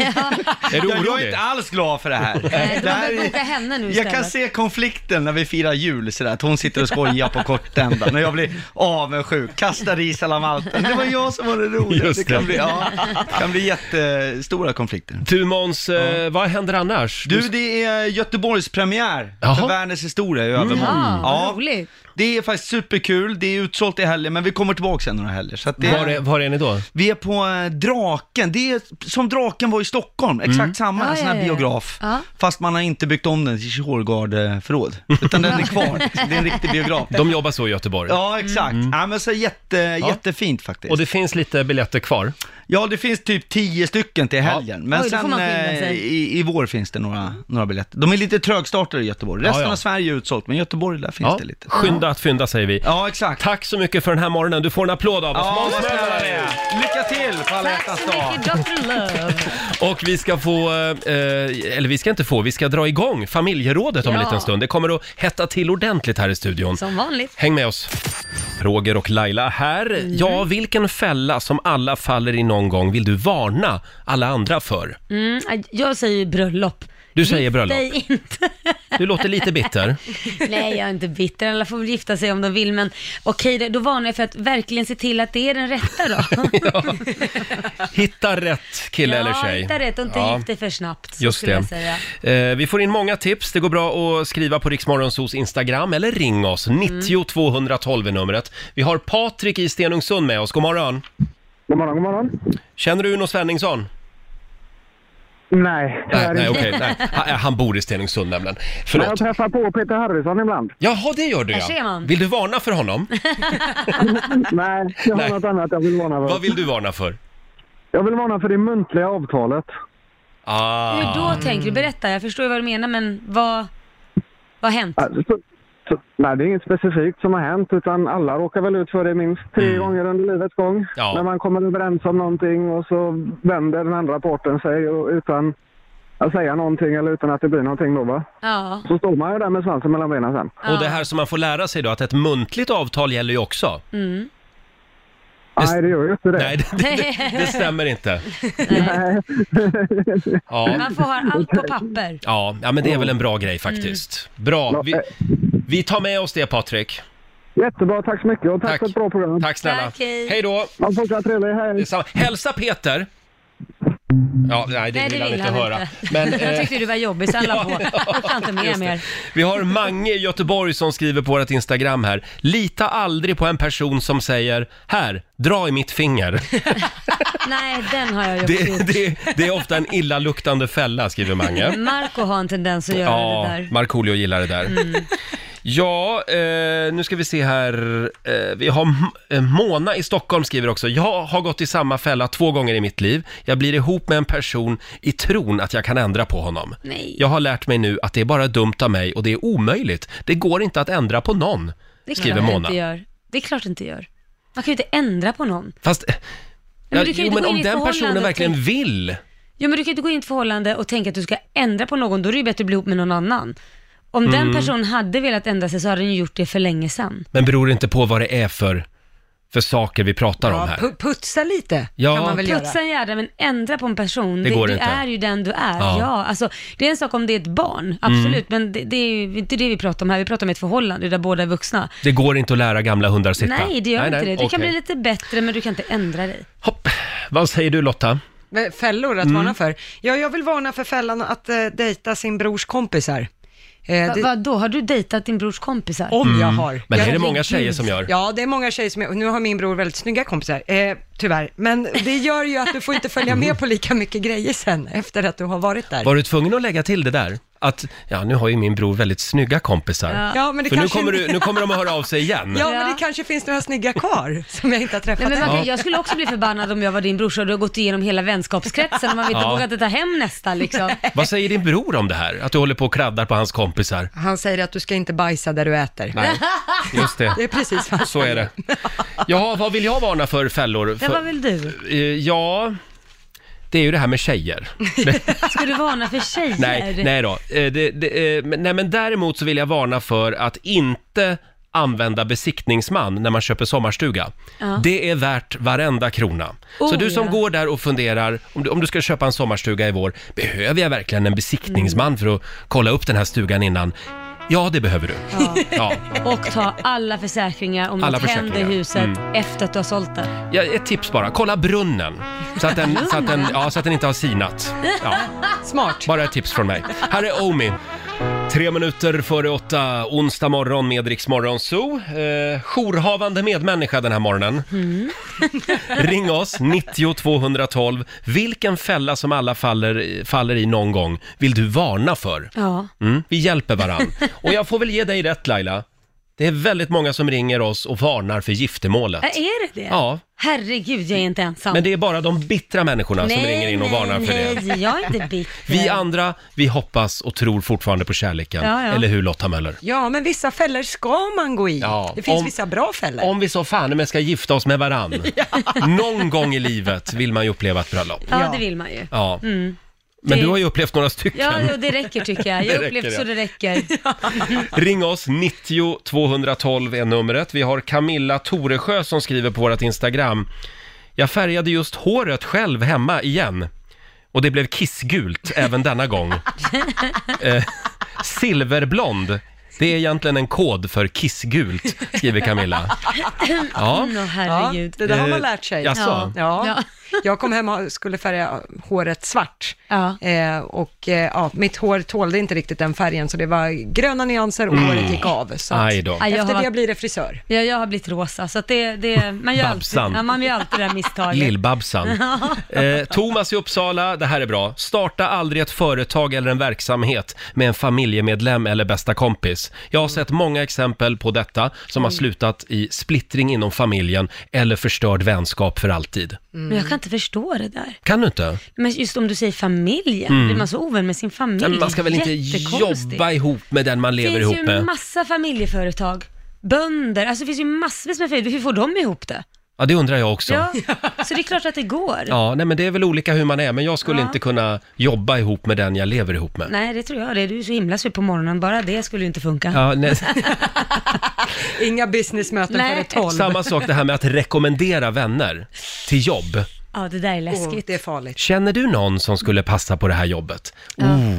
S1: Är du
S9: jag, jag är
S1: orolig?
S9: inte alls glad för det här.
S2: Nej,
S9: Det
S2: Du
S9: här
S2: behöver
S9: är...
S2: boka henne nu
S9: Jag kan
S2: istället.
S9: se konflikten när vi firar jul sådär, att hon sitter och skojar på kortändan och jag blir avundsjuk, kastar i salamallten. Det var jag som var den roliga.
S1: Just
S9: Det
S1: det.
S9: kan bli, ja, det kan bli jättestora konflikter.
S1: Du Måns, eh, vad händer annars?
S9: Du, det är Göteborgs premiär
S1: Jaha. Mm.
S9: för Werners historia i övermorgon.
S2: Mm. Ja, vad roligt.
S9: Det är faktiskt superkul, det är utsålt i helgen, men vi kommer tillbaka sen några helger. Så att det,
S1: var, är, var är ni då?
S9: Vi är på eh, Draken, det är som Draken var i Stockholm, exakt
S1: Mm.
S9: samma,
S2: Ja,
S9: en sån här
S2: ja, ja, ja.
S9: biograf.
S2: Ja.
S9: Fast man har inte byggt om den till Tjårgard-förråd, utan den är kvar. Det är en riktig biograf.
S1: De jobbar så i Göteborg. Mm.
S9: Ja, exakt. Ja, men så jätte, jättefint faktiskt.
S1: Och det finns lite biljetter kvar.
S9: Ja, det finns typ tio stycken till helgen. Men
S2: Oj, då får
S9: sen
S2: man skynda
S9: eh,
S2: sig.
S9: i, i vår finns det några, några biljetter. De är lite trögstartare i Göteborg. Resten
S1: Ja, ja.
S9: av Sverige är utsålt, men Göteborg där finns
S1: Ja.
S9: det lite.
S1: Skynda att fynda säger vi.
S9: Ja, exakt.
S1: Tack så mycket för den här morgonen. Du får en applåd av oss.
S9: Ja,
S1: Måns
S9: vad snälla ni
S1: Möller!
S9: är. Lycka till på alla
S2: Tack
S9: hjärtans
S2: så
S9: dag.
S2: mycket Dr. Love.
S1: Och vi ska få, eh, eh, eller vi ska inte få, vi ska dra igång familjerådet om en
S2: Ja.
S1: liten stund. Det kommer att hetta till ordentligt här i studion.
S2: Som vanligt. Mm.
S1: Häng med oss. Roger och Laila här. Ja, vilken fälla som alla faller i någon gång vill du varna alla andra för?
S2: Mm, jag säger ju bröllop.
S1: Du säger bröllop.
S2: Nej, inte.
S1: Du låter lite bitter.
S2: Nej, jag är inte bitter. Alla får väl gifta sig om de vill, men okej, då- då varnar jag för att verkligen se till att det är den rätta då.
S1: Hitta rätt kille eller
S2: Ja,
S1: tjej.
S2: hitta rätt och inte
S1: Ja.
S2: gift dig för snabbt. så
S1: Just
S2: skulle Jag
S1: det.
S2: säga.
S1: Eh, vi får in många tips. Det går bra att skriva på Riksmorgonsos Instagram eller ring oss.
S2: Mm.
S1: 90 212 är numret. Vi har Patrik i Stenungsund med oss. God morgon.
S10: God morgon, god morgon.
S1: Känner du Uno Svenningsson?
S10: Nej,
S1: Nej, nej okej. nej. Han, han bor i Stenungsund nämligen. Förlåt.
S10: träffar på Peter Harrison ibland.
S1: Jaha, det gör du
S10: Där ser
S1: ja.
S10: man.
S1: Vill du varna för honom?
S10: Nej, jag har något annat jag vill varna för.
S1: Vad vill du varna för?
S10: Jag vill varna för det muntliga avtalet.
S1: Ah.
S2: Hur då tänker du? Berätta, jag förstår ju vad du menar, men vad, vad har hänt?
S10: Alltså, så, nej, det är inget specifikt som har hänt, utan alla råkar väl ut för det minst tre gånger under livets gång.
S1: Mm. Ja.
S10: När man kommer överens om någonting och så vänder den andra parten sig och, utan att säga någonting eller utan att det blir någonting då va.
S2: Ja.
S10: Så står man ju där med svansen mellan benen sen.
S1: Och det här som man får lära sig då, att ett muntligt avtal gäller ju också.
S2: Mm.
S10: Nej, det gör ju inte det. Nej,
S1: det, Det stämmer inte. Ja.
S2: Man får ha allt på papper.
S1: Ja, ja, men det är väl en bra grej faktiskt.
S10: Mm.
S1: Bra.
S10: eh.
S1: Vi, vi tar med oss det Patrik.
S10: Jättebra, tack så mycket och tack, för ett bra program.
S1: Tack snälla. Tack, hej. Hej då.
S10: Ha fortsatt trevlig helg.
S1: Detsamma. Hälsa Peter. Ja, nej, det
S2: Nej,
S1: vill
S2: det
S1: han
S2: vill
S1: inte
S2: han
S1: höra.
S2: inte.
S1: Men,
S2: Han
S1: eh,
S2: tyckte du var jobbig, så han la på. Jag kan inte med
S1: Just det.
S2: mer.
S1: Vi har Mange i Göteborg som skriver på vårt Instagram här. Lita aldrig på en person som säger “Här, dra i mitt finger”.
S2: Nej, den har jag gjort.
S1: Det, det, det är ofta en illaluktande fälla, skriver Mange.
S2: Marco har en tendens att göra det
S1: Ja,
S2: där. Mm.
S1: Markoolio gillar det där. Ja, eh, nu ska vi se här. Eh, vi har M- eh, Mona i Stockholm skriver också. Jag har gått i samma fälla två gånger i mitt liv. Jag blir ihop med en person i tron att jag kan ändra på honom.
S2: Nej.
S1: Jag har lärt mig nu att det är bara dumt av mig och det är omöjligt. Det går inte att ändra på någon,
S2: Det är klart
S1: skriver
S2: det
S1: Mona.
S2: inte gör. Det är klart det inte gör. Man kan ju inte ändra på någon.
S1: Fast, eh,
S2: men
S1: ja,
S2: du kan ju
S1: jo,
S2: inte
S1: men
S2: gå in
S1: om
S2: i ett
S1: den
S2: förhållande
S1: personen
S2: och
S1: verkligen
S2: tänka-
S1: vill.
S2: Jo, men du kan ju inte gå in i ett förhållande och tänka att du ska ändra på någon. Då är det ju bättre att bli ihop med någon annan. Om
S1: Mm.
S2: den personen hade velat ändra sig så hade den ju gjort det för länge sedan.
S1: Men beror det inte på vad det är för, för saker vi pratar om
S4: Ja,
S1: här?
S4: pu- putsa lite
S1: Ja.
S4: kan man väl göra.
S2: Putsa en jädra, men ändra på en person.
S1: Det går
S2: du
S1: inte.
S2: är ju den du är.
S1: Ja. Mm.
S2: Ja. alltså, det är en sak om det är ett barn, absolut, men det, det är ju inte det vi pratar om här. Vi pratar om ett förhållande där båda är vuxna.
S1: Det går inte att lära gamla hundar sitta.
S2: Nej, det gör inte det. Du
S1: okej.
S2: kan bli lite bättre, men du kan inte ändra dig.
S1: Vad säger du Lotta?
S4: Men Fällor att
S1: Mm.
S4: varna för. Ja, jag vill varna för fällan att eh, dejta sin brors kompisar. Eh,
S2: Va,
S4: det-
S2: vadå, har du dejtat din brors kompisar?
S4: Om jag har.
S1: Mm. Men
S4: jag,
S1: är det många tjejer som gör?
S4: Ja, det är många tjejer som gör. Nu har min bror väldigt snygga kompisar, eh, tyvärr. Men det gör ju att du får inte följa med på lika mycket grejer sen efter att du har varit där.
S1: Var du tvungen att lägga till det där? Att, ja nu har ju min bror väldigt snygga kompisar.
S4: Ja. Ja, men det
S1: För
S4: kanske-
S1: nu, kommer du, nu kommer de att höra av sig igen.
S4: Ja, men det kanske finns några snygga kar som jag inte har träffat
S2: Nej, men
S4: än.
S2: man,
S1: Ja.
S2: Jag skulle också bli förbannad om jag var din brorsa och du har gått igenom hela vänskapskretsen och man vet inte
S1: Ja.
S2: vågar inte ta hem nästa liksom.
S1: Vad säger din bror om det här? Att du håller på och kladdar på hans kompisar?
S4: Han säger att du ska inte bajsa där du äter.
S1: Nej, just det.
S4: Det är precis vad han
S1: Så är det. Jaha, vad vill jag varna för fällor?
S2: Det
S1: För,
S2: var väl du?
S1: Eh, ja, det är ju det här med tjejer.
S2: Ska du varna för tjejer?
S1: Nej, nej då. Eh, Det, det, eh, men- nej, men däremot så vill jag varna för att inte använda besiktningsman när man köper sommarstuga.
S11: Ja.
S1: Det är värt varenda krona. så
S11: Oh,
S1: du som
S11: ja.
S1: går där och funderar, om du, om du ska köpa en sommarstuga i vår, behöver jag verkligen en besiktningsman för att kolla upp den här stugan innan? Ja, det behöver du.
S2: Ja.
S1: Ja.
S2: Och ta alla försäkringar om
S1: Alla
S2: något händer
S1: försäkringar.
S2: i huset
S1: Mm.
S2: efter att du har sålt det.
S1: Ja, ett tips bara, kolla brunnen. Så att den, så att den,
S2: Brunnen?
S1: ja, så att den inte har sinat. Ja.
S4: Smart.
S1: Bara ett tips från mig. Här är Omi. Tre minuter före åtta, onsdag morgon med Rix Morgon Zoo. Eh, jourhavande medmänniska den här morgonen.
S2: Mm.
S1: Ring oss, 90 212. Vilken fälla som alla faller, i- faller i någon gång vill du varna för?
S2: Ja.
S1: Mm, vi hjälper varann. Och jag får väl ge dig rätt Laila. Det är väldigt många som ringer oss och varnar för giftermålet.
S2: Ja, Är det det?
S1: Ja.
S2: Herregud, jag är inte ensam.
S1: Men det är bara de bittra människorna som ringer in och varnar för det.
S2: nej, Nej, jag är inte bitter.
S1: Vi andra, vi hoppas och tror fortfarande på kärleken.
S4: Ja, ja.
S1: Eller hur Lotta Möller?
S4: Ja, men vissa fällor ska man gå i.
S1: Ja,
S4: det finns
S1: om-
S4: vissa bra fällor.
S1: Om vi så fan men ska gifta oss med varann. Någon gång i livet vill man ju uppleva ett bröllop.
S2: Ja, det vill man ju.
S1: Ja.
S2: Mm.
S1: Men
S2: Det-
S1: du har ju upplevt några stycken.
S2: Ja, jo, det räcker tycker jag.
S1: Det
S2: Jag
S1: räcker,
S2: har upplevt
S1: ja.
S2: så det räcker.
S1: Ring oss, 90 212 är numret. Vi har Camilla Toresjö som skriver på vårt Instagram. Jag färgade just håret själv hemma igen. Och det blev kissgult även denna gång. Eh, silverblond, det är egentligen en kod för kissgult, skriver Camilla. Ja.
S2: Mm, åh, herregud.
S1: Ja, det där har man lärt sig. Eh, jaså?
S2: Ja. Ja.
S4: Jag kom hem och skulle färga håret svart. Eh, och eh, ja, mitt hår tålde inte riktigt den färgen, så det var gröna nyanser och
S1: Mm.
S4: håret gick av. Så att,
S1: Aj då.
S2: Aj, jag har
S4: efter det
S2: varit-
S4: blir det frisör.
S2: Ja, jag har blivit rosa, så att det, det, man, gör alltid,
S1: Babsan.
S2: ja, man gör alltid det här misstaget.
S1: Lill-Babsan.
S2: Ja.
S1: Eh, Thomas i Uppsala, det här är bra. Starta aldrig ett företag eller en verksamhet med en familjemedlem eller bästa kompis. Jag har sett många exempel på detta som har
S2: Mm.
S1: slutat i splittring inom familjen eller förstörd vänskap för alltid.
S2: Men jag kan inte förstå det där.
S1: Kan du inte?
S2: Men just om du säger familjen,
S1: Mm.
S2: blir man så ovän med sin familj?
S1: Men man ska väl inte
S2: Jättekonstigt.
S1: jobba ihop med den man lever ihop
S2: Det finns ju
S1: med?
S2: massa familjeföretag, bönder, alltså det finns ju massvis med företag. Hur får de ihop det?
S1: Ja, det undrar jag också.
S2: Ja,
S1: Ja.
S2: så det är klart att det går.
S1: nej men det är väl olika hur man är, men jag skulle
S2: Ja.
S1: inte kunna jobba ihop med den jag lever ihop med.
S2: Nej, det tror jag det. Du är så himla sur på morgonen, bara det skulle ju inte funka.
S1: Ja, nej.
S4: Inga businessmöten
S2: Nej.
S4: före tolv.
S1: Samma sak det här med att rekommendera vänner till jobb.
S2: Ja, det där är läskigt.
S4: Åh, det är farligt.
S1: Känner du någon som skulle passa på det här jobbet?
S2: Ja.
S1: Oh,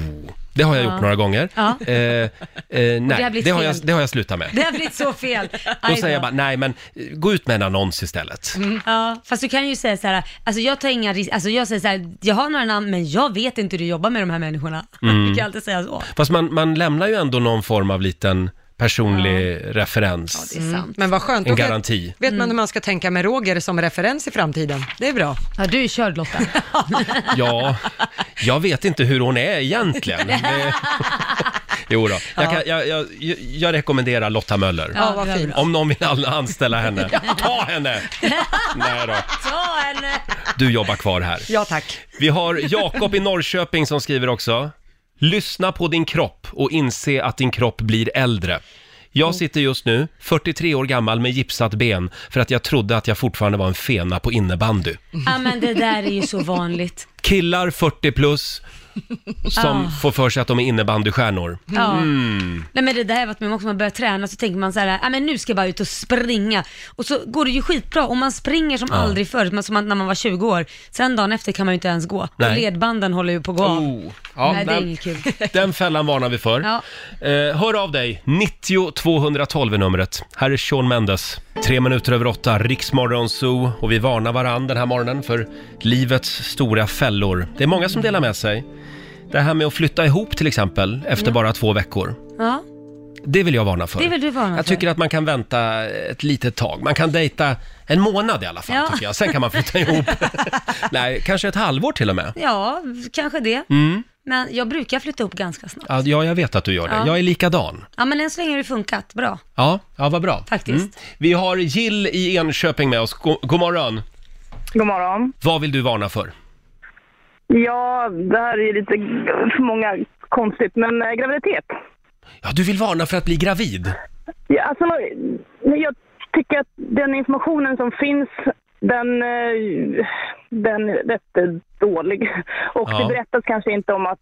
S1: det har jag
S2: Ja.
S1: gjort några gånger.
S2: Ja.
S1: Eh, eh, nej,
S2: blivit
S1: det har, jag,
S2: fel.
S1: det har jag slutat med.
S2: Det har blivit så fel.
S1: Då
S2: Aj
S1: säger jag bara, nej men eh, gå ut med en annons istället.
S2: Mm. Ja, fast du kan ju säga så här, alltså jag tar inga risker, alltså jag säger så här, jag har några namn men jag vet inte hur du jobbar med de här människorna.
S1: Mm.
S2: Du kan alltid säga så.
S1: Fast man, man lämnar ju ändå någon form av liten personlig referens.
S4: Mm. Men vad skönt.
S1: En
S4: Då vet-
S1: garanti.
S4: Vet
S2: Mm.
S4: man hur man ska tänka med Roger som referens i framtiden? Det är bra.
S2: Ja, du är körd Lotta.
S1: Ja, jag vet inte hur hon är egentligen. Det... Jo då. Jag, kan, jag, jag, jag rekommenderar Lotta Möller.
S2: Ja, vad fint.
S1: Om någon vill an- anställa henne, ta henne! Nej
S2: Ta
S1: då,
S4: eh,
S2: henne!
S1: du jobbar kvar här.
S4: Ja, tack.
S1: Vi har Jakob i Norrköping som skriver också. Lyssna på din kropp och inse att din kropp blir äldre. Jag sitter just nu, 43 år gammal, med gipsat ben för att jag trodde att jag fortfarande var en fena på innebandy.
S2: Ja men det där är ju så vanligt.
S1: Killar 40 plus som
S2: Ah.
S1: får för sig att de är innebandystjärnor.
S2: Ja.
S1: Mm.
S2: Nej men det där har jag varit med om också, man börjar träna så tänker man så här, ja men nu ska jag bara ut och springa. Och så går det ju skitbra och man springer som
S1: Ja.
S2: aldrig förr, men som man- när man var 20 år. Sen dagen efter kan man ju inte ens gå.
S1: Nej.
S2: Ledbanden håller ju på att gå av.
S1: Oh, ja,
S2: Nej det är
S1: men-
S2: inget kul.
S1: Den fällan varnar vi för.
S2: Ja.
S1: Eh, hör av dig, 90 212 är numret. Här är Sean Mendes. Tre minuter över åtta, Riksmorgon Zoo. Och vi varnar varann den här morgonen för livets stora fällor. Det är många som delar med sig. Det här med att flytta ihop till exempel, efter
S2: Ja.
S1: bara två veckor.
S2: Ja,
S1: Det vill jag varna för.
S2: Mm. det vill du varna
S1: Jag
S2: för.
S1: tycker att man kan vänta ett litet tag. Man kan dejta en månad i alla fall,
S2: Ja.
S1: tycker jag. Sen kan man flytta ihop. Nej, kanske ett halvår till och med.
S2: Ja, kanske det.
S1: Mm.
S2: Men jag brukar flytta upp ganska snabbt.
S1: Ja, jag vet att du gör det.
S2: Ja.
S1: Jag är likadan.
S2: Ja men än så länge har det funkat bra.
S1: Ja, ja vad bra. Mm.
S2: Faktiskt.
S1: Vi har Jill i Enköping med oss. God, god morgon.
S11: God morgon.
S1: Vad vill du varna för?
S11: Ja, det här är ju lite för många konstigt, men eh, graviditet.
S1: Ja, du vill varna för att bli gravid.
S11: Ja, alltså, nej, jag tycker att den informationen som finns, den, eh, den är rätt dålig. Och
S12: Ja.
S11: det berättas kanske inte om att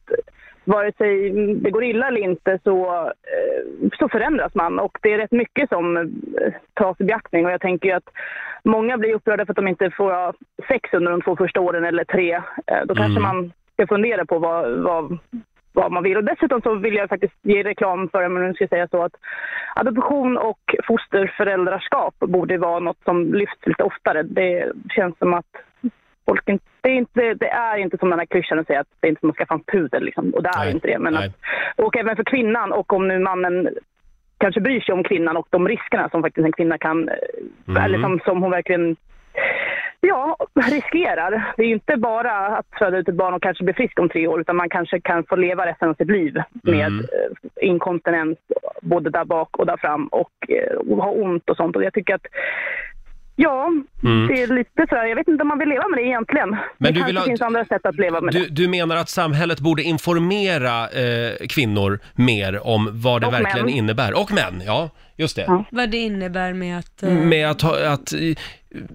S11: vare sig det går illa eller inte så, eh, så förändras man. Och det är rätt mycket som eh, tas i beaktning. Och jag tänker ju att många blir upprörda för att de inte får ha sex under de två första åren eller tre. Eh, Då kanske
S13: Mm.
S11: man ska fundera på vad, vad, vad man vill. Och dessutom så vill jag faktiskt ge reklam för, men nu ska jag säga så att adoption och fosterföräldraskap borde vara något som lyfts lite oftare. Det känns som att folk inte, det, är inte, det är inte som den här klyschan att säga att det är inte som att skaffa en pudel liksom. Och det är inte det. Men att, och även för kvinnan och om nu mannen kanske bryr sig om kvinnan och de riskerna som faktiskt en kvinna kan, eh,
S13: Mm.
S11: eller som, som hon verkligen Ja, riskerar. Det är ju inte bara att föda ut ett barn och kanske bli frisk om tre år utan man kanske kan få leva resten av sitt liv med
S13: Mm.
S11: eh, inkontinens både där bak och där fram och, eh, och ha ont och sånt. Och jag tycker att, ja,
S1: Mm.
S11: det är lite så här, jag vet inte om man vill leva med det egentligen.
S1: Men
S11: Men
S1: du
S11: det
S1: vill
S11: kanske
S1: ha-
S11: finns andra sätt att leva med
S1: Du,
S11: det.
S1: du menar att samhället borde informera eh, kvinnor mer om vad det
S2: Och
S1: verkligen
S2: män.
S1: innebär. Och män, ja. Just det.
S2: Vad det innebär med att... eh,
S11: Mm.
S1: Med att, ha- att eh,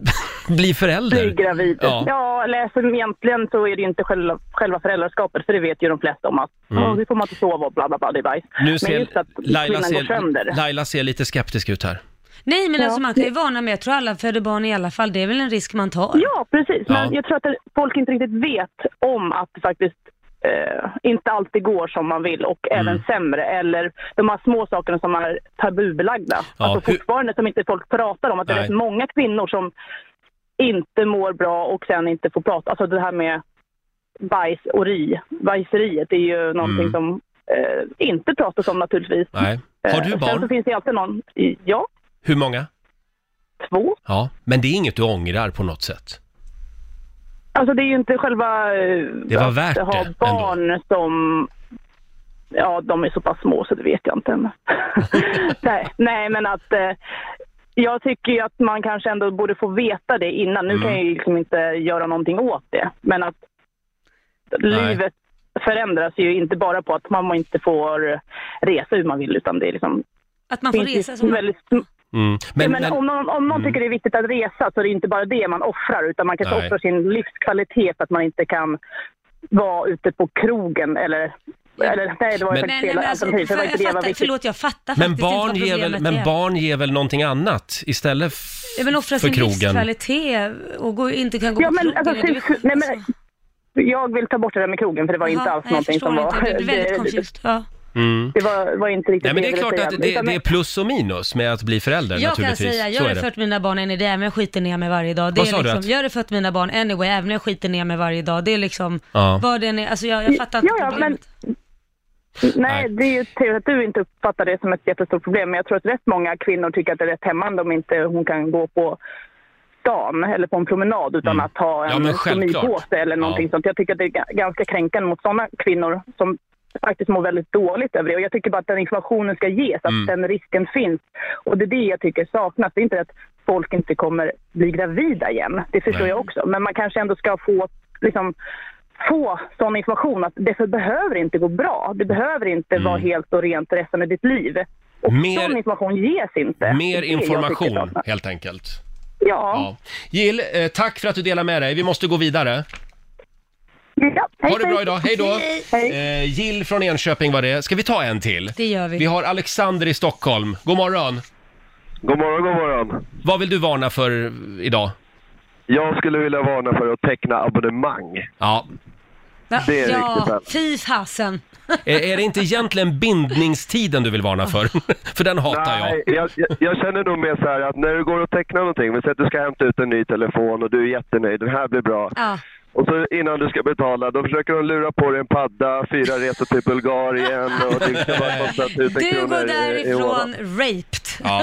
S1: bli förälder.
S11: Bli gravid.
S1: Ja.
S11: Ja, eller alltså, egentligen så är det ju inte själva, själva föräldraskapet för det vet ju de flesta om att
S1: Mm.
S11: mm. nu får man inte sova och bla bla bla, det är bajs.
S1: Nu
S11: Men
S1: ser,
S11: just att
S1: Laila,
S11: kvinnan går sönder.
S1: ser, Laila ser lite skeptisk ut här.
S2: Nej men alltså man kan ju varna med, jag tror alla föder barn i alla fall, det är väl en risk man tar.
S11: Ja, precis. Men
S1: Ja.
S11: jag tror att det- folk inte riktigt vet om att det faktiskt eh, inte alltid går som man vill och
S1: Mm.
S11: även sämre. Eller de här små sakerna som är tabubelagda.
S1: Ja,
S11: alltså
S1: hur-
S11: fortfarande som inte folk pratar om. Att det
S1: Nej.
S11: är rätt många kvinnor som inte mår bra och sen inte får prata. Alltså det här med bajs och ri. Bajseriet är ju någonting
S1: Mm.
S11: som eh, inte pratas om naturligtvis.
S1: Nej. Har
S11: Eh,
S1: du
S11: Sen så
S1: barn?
S11: finns det ju alltid någon. Ja,
S1: Hur många?
S11: två.
S1: Ja, men det är inget du ångrar på något sätt?
S11: Alltså det är ju inte själva eh,
S1: Det var värt
S11: att ha
S1: det
S11: barn som... Ja, de är så pass små så det vet jag inte än. nej, nej, men att... Eh, jag tycker ju att man kanske ändå borde få veta det innan. Nu kan
S1: Mm.
S11: jag ju liksom inte göra någonting åt det. Men att livet förändras ju inte bara på att man inte får resa hur man vill utan det är liksom...
S2: Att man får
S11: finns ju
S2: resa som man-
S11: väldigt
S1: Mm.
S11: men, men, om någon, om någon
S1: Mm.
S11: tycker det är viktigt att resa så är det inte bara det man offrar utan man kanske
S1: Nej.
S11: offrar sin livskvalitet för att man inte kan vara ute på krogen eller... eller nej, det var
S1: Men-
S11: ju faktiskt
S2: Nej,
S11: fel
S2: men alltså,
S11: alternativ. för det var
S2: jag
S11: inte det jag var
S2: fattar,
S11: viktigt.
S2: förlåt, jag fattar
S1: Men
S2: faktiskt
S1: barn,
S2: inte
S1: ger
S2: vad
S1: väl,
S2: problemet
S1: men
S2: är.
S1: barn ger väl någonting annat istället f-
S2: Jag vill offra
S1: för
S2: sin
S1: krogen?
S2: livskvalitet och gå, inte kan gå
S11: Ja,
S2: på
S11: men,
S2: krogen.
S11: alltså,
S2: och du vet-
S11: typ, nej, men, jag vill ta bort det där med krogen för det var
S2: Jaha,
S11: inte alls
S2: nej,
S11: någonting
S2: jag
S11: som var...
S2: förstår inte. Det blir väldigt konfusigt. Ja.
S1: Mm.
S11: det var, var inte riktigt
S1: Nej, men det är
S11: jag ville
S1: klart
S11: säga.
S1: att det,
S11: Utan-
S1: det är plus och minus med att bli förälder
S2: Jag kan
S1: naturligtvis.
S2: säga, jag
S1: Så
S2: har
S1: är det.
S2: fört mina barn än i det, men jag skiter ner mig varje dag. Det
S1: Vad
S2: är
S1: sa du
S2: liksom,
S1: att-
S2: Jag har fört mina barn anyway, även om jag skiter ner mig varje dag. Det är liksom,
S1: Ja.
S2: vad den är, alltså jag, jag fattar inte
S11: ja,
S2: problemet.
S11: Nej, det är ju trevligt att du inte uppfattar det som ett jättestort problem. Men jag tror att rätt många kvinnor tycker att det är rätt hämmande om inte hon kan gå på stan eller på en promenad utan att ha
S1: Mm. Ja,
S11: en
S1: men
S11: stomipåse
S1: självklart.
S11: eller någonting
S1: Ja.
S11: sånt. Jag tycker att det är ga- ganska kränkande mot sådana kvinnor som faktiskt mår väldigt dåligt över det. Och jag tycker bara att den informationen ska ges, att
S12: Mm.
S11: den risken finns. Och det är det jag tycker saknas. Det är inte att folk inte kommer bli gravida igen. Det förstår
S12: Nej.
S11: jag också. Men man kanske ändå ska få liksom, få sån information att det för- behöver inte gå bra. Det behöver inte vara helt och rent resten av ditt liv. Och
S1: Mm. Mer-
S11: sån information ges inte.
S1: Mer
S11: Det är det jag tycker
S1: information
S11: saknas.
S1: helt enkelt.
S11: Ja.
S1: Jill, eh, tack för att du delar med dig. Vi måste gå vidare.
S11: ja.
S1: Ha det bra idag. Hej då!
S11: Hej.
S1: Eh, Jill från Enköping var det. Ska vi ta en till?
S2: Det gör vi.
S1: Vi har Alexander i Stockholm. God morgon!
S13: God morgon, god morgon.
S1: Vad vill du varna för idag?
S13: Jag skulle vilja varna för att teckna abonnemang.
S1: Ja.
S2: Va?
S13: Det är riktigt
S2: ja,
S13: väl.
S2: fy fasen.
S1: Är, är det inte egentligen bindningstiden du vill varna för? för den hatar jag.
S13: Nej, jag, jag, jag känner nog mer så här att när du går och tecknar någonting, vi säger att du ska hämta ut en ny telefon och du är jättenöjd, den här blir bra.
S2: Ja.
S13: Och så innan du ska betala, då försöker de lura på dig en padda, fyra resor till Bulgarien och det ska bara kosta tusen
S2: Du
S13: kronor
S2: går
S13: i- i
S2: därifrån
S13: månaden.
S2: raped.
S1: Ja.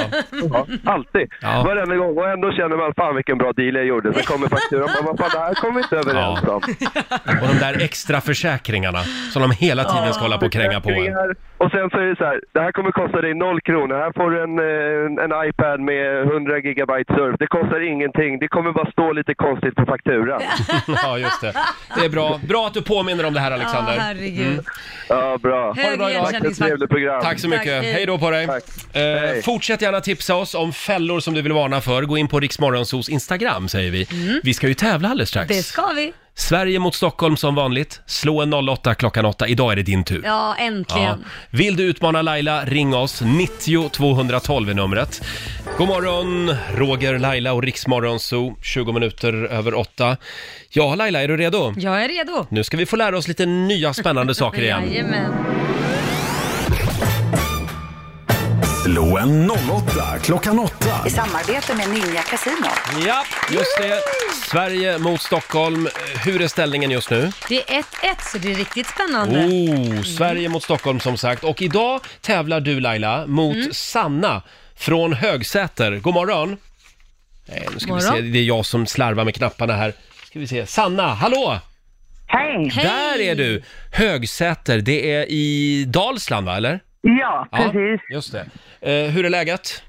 S13: Ja, alltid. Varenda gång. Och ändå känner man, fan vilken bra deal jag gjorde. Sen kommer fakturan, man bara, fan det här kommer vi inte överens om.
S1: Och de där extra försäkringarna som de hela tiden ska hålla på och kränga på en.
S13: försäkringar. Och sen så är det så här, det här kommer kosta dig noll kronor. Här får du en, eh, en, en iPad med 100 gigabyte surf. Det kostar ingenting. Det kommer bara stå lite konstigt på fakturan.
S1: ja, just det. Det är bra. Bra att du påminner om det här, Alexander. Mm.
S2: Ja, herregud.
S13: Ja, bra.
S1: Ha det bra idag.
S13: Tack för ett trevligt program.
S1: Tack så mycket. Hej då på dig. Eh, fortsätt gärna tipsa oss om fällor som du vill varna för. Gå in på Riksmorgonsos Instagram, säger vi. Vi ska ju tävla alldeles strax.
S2: Mm. Det ska vi.
S1: Sverige mot Stockholm som vanligt. Slå en 08 klockan 8. Idag är det din tur.
S2: Ja, äntligen.
S1: Ja. Vill du utmana Laila, ring oss. 90 212 är numret. God morgon, Roger, Laila och Riksmorgonso. 20 minuter över 8. Ja, Laila, är du redo?
S2: Jag är redo.
S1: Nu ska vi få lära oss lite nya spännande saker igen.
S2: Jajamän.
S5: Slå en 08 klockan 8.
S14: I samarbete med Ninja Casino.
S1: Ja, just det. Sverige mot Stockholm. Hur är ställningen just nu?
S2: Det är 1-1, så det är riktigt spännande.
S1: Oh, Sverige mot Stockholm som sagt. Och idag tävlar du Laila mot
S2: Mm.
S1: Sanna från Högsäter. God morgon! Nej, nu ska
S2: Morgon.
S1: vi se. Det är jag som slarvar med knapparna här. Ska vi se. Sanna, hallå!
S15: Hej!
S1: Där är du! Högsäter, det är i Dalsland va, eller?
S15: Ja, precis.
S1: Ja, just det. Eh, hur är läget?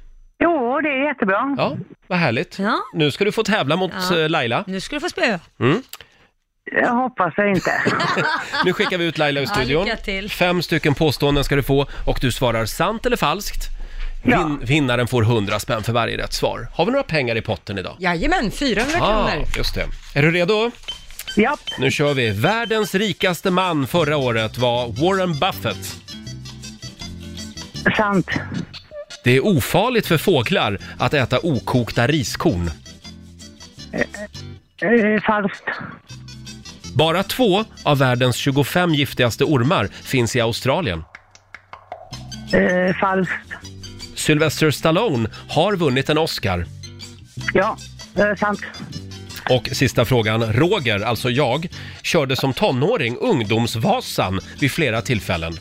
S15: Jo, det är jättebra.
S1: Ja, vad härligt. Nu ska du få tävla mot
S15: Ja.
S1: eh, Laila.
S2: Nu ska du få spö.
S1: Mm.
S15: Jag hoppas jag inte.
S1: Oh. Nu skickar vi ut Laila ur
S15: Ja,
S1: studion.
S15: lycka till.
S1: Fem stycken påståenden ska du få och du svarar sant eller falskt. Vin- Vinnaren får 100 spänn för varje rätt svar. Har vi några pengar i potten idag? Ah,
S4: Jajamän, 400 kronor.
S1: just det. Är du redo?
S15: Ja.
S1: Nu kör vi. Världens rikaste man förra året var Warren Buffett.
S15: Sant.
S1: Det är ofarligt för fåglar att äta okokta riskorn.
S15: Eh, falskt.
S1: Bara två av världens 25 giftigaste ormar finns i Australien.
S15: Eh, falskt.
S1: Sylvester Stallone har vunnit en Oscar.
S15: Ja. Eh, sant.
S1: Och sista frågan. Roger, alltså jag, körde som tonåring Ungdomsvasan vid flera tillfällen.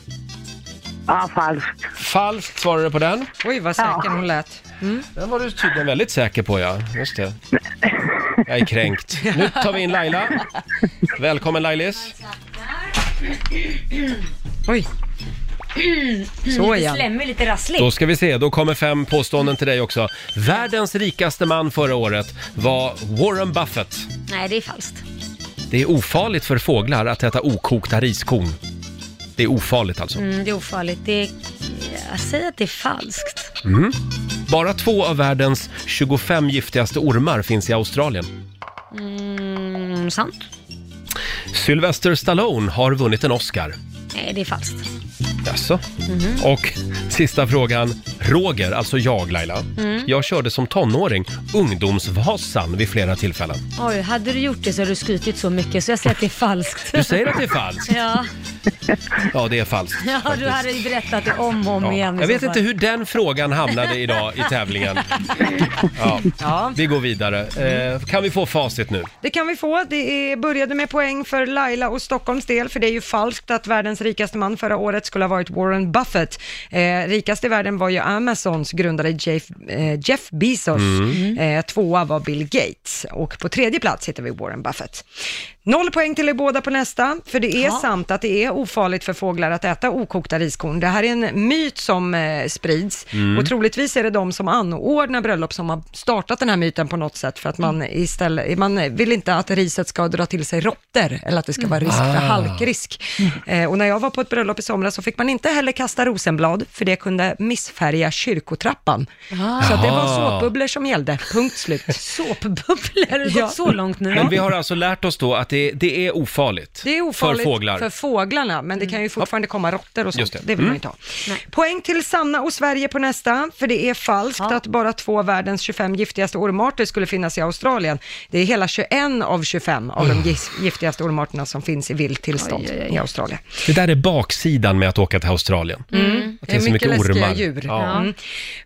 S15: Ja, falskt.
S1: Falskt svarade du på den.
S4: Oj, vad säker hon lät. Mm.
S1: Den var du tydligen väldigt säker på, ja. Just det. Jag är kränkt. Nu tar vi in Laila. Välkommen Lailis.
S4: Oj.
S1: Så,
S2: Lite
S1: ja.
S2: slemmig, lite rasslig.
S1: Då ska vi se, då kommer fem påståenden till dig också. Världens rikaste man förra året var Warren Buffett.
S2: Nej, det är falskt.
S1: Det är ofarligt för fåglar att äta okokta riskorn. Det är ofarligt alltså.
S2: Mm, det är ofarligt. Det är... Jag säger att det är falskt.
S1: Mm. Bara två av världens 25 giftigaste ormar finns i Australien.
S2: Mm, sant?
S1: Sylvester Stallone har vunnit en Oscar.
S2: Nej, det är falskt.
S1: Jaså?
S2: Mhm.
S1: Och sista frågan. Roger, alltså jag Laila.
S2: Mm.
S1: Jag körde som tonåring Ungdomsvasan vid flera tillfällen.
S2: Oj, hade du gjort det så hade du skrytit så mycket så jag säger att det är falskt.
S1: Du säger att det är falskt?
S2: Ja,
S1: Ja, det är falskt.
S2: ja du
S1: faktiskt.
S2: hade ju berättat det om och om
S1: Ja.
S2: igen. i
S1: Jag
S2: så
S1: vet
S2: fall.
S1: inte hur den frågan hamnade idag i tävlingen. Ja. Vi går vidare. Eh, kan vi få facit nu?
S4: Det kan vi få. Det är, började med poäng för Laila och Stockholms del, för det är ju falskt att världens rikaste man förra året skulle ha varit Warren Buffett. Eh, rikast i världen var ju Amazons grundare Jeff, eh, Jeff Bezos.
S12: Mm.
S4: Eh, tvåa var Bill Gates och på tredje plats hittar vi Warren Buffett. Noll poäng till er båda på nästa, för det är
S12: Ja.
S4: sant att det är ofarligt för fåglar att äta okokta riskorn. Det här är en myt som eh, sprids
S12: Mm.
S4: och troligtvis är det de som anordnar bröllop som har startat den här myten på något sätt för att man istället, man vill inte att riset ska dra till sig råttor eller att det ska vara
S1: Mm.
S4: risk för
S12: Ah.
S4: halkrisk. Eh, och när jag var på ett bröllop i somras så fick man inte heller kasta rosenblad för det kunde missfärga kyrkotrappan.
S2: Ah.
S4: Så att det var
S1: Jaha.
S4: såpbubblor som gällde, punkt slut.
S2: såpbubblor, har det gått så långt nu?
S1: Men vi har alltså lärt oss då att det, det är ofarligt.
S4: Det är ofarligt
S1: För fåglar. Mm.
S4: fåglarna, men det kan ju fortfarande komma råttor och sånt.
S1: Just
S4: Det.
S1: det.
S4: vill
S1: Mm.
S4: man ju ta. Poäng till Sanna och Sverige på nästa, för det är falskt att bara två av världens 25 giftigaste ormarter skulle finnas i Australien. Det är hela 21 av 25 av de gis- giftigaste ormarterna som finns i vilt tillstånd i Australien.
S1: Det där är baksidan med att åka till Australien.
S4: Mm.
S1: Att
S4: Det är
S1: så
S4: mycket
S1: mycket
S4: läskiga
S1: ormar.
S4: djur.
S1: Ja.
S4: Mm.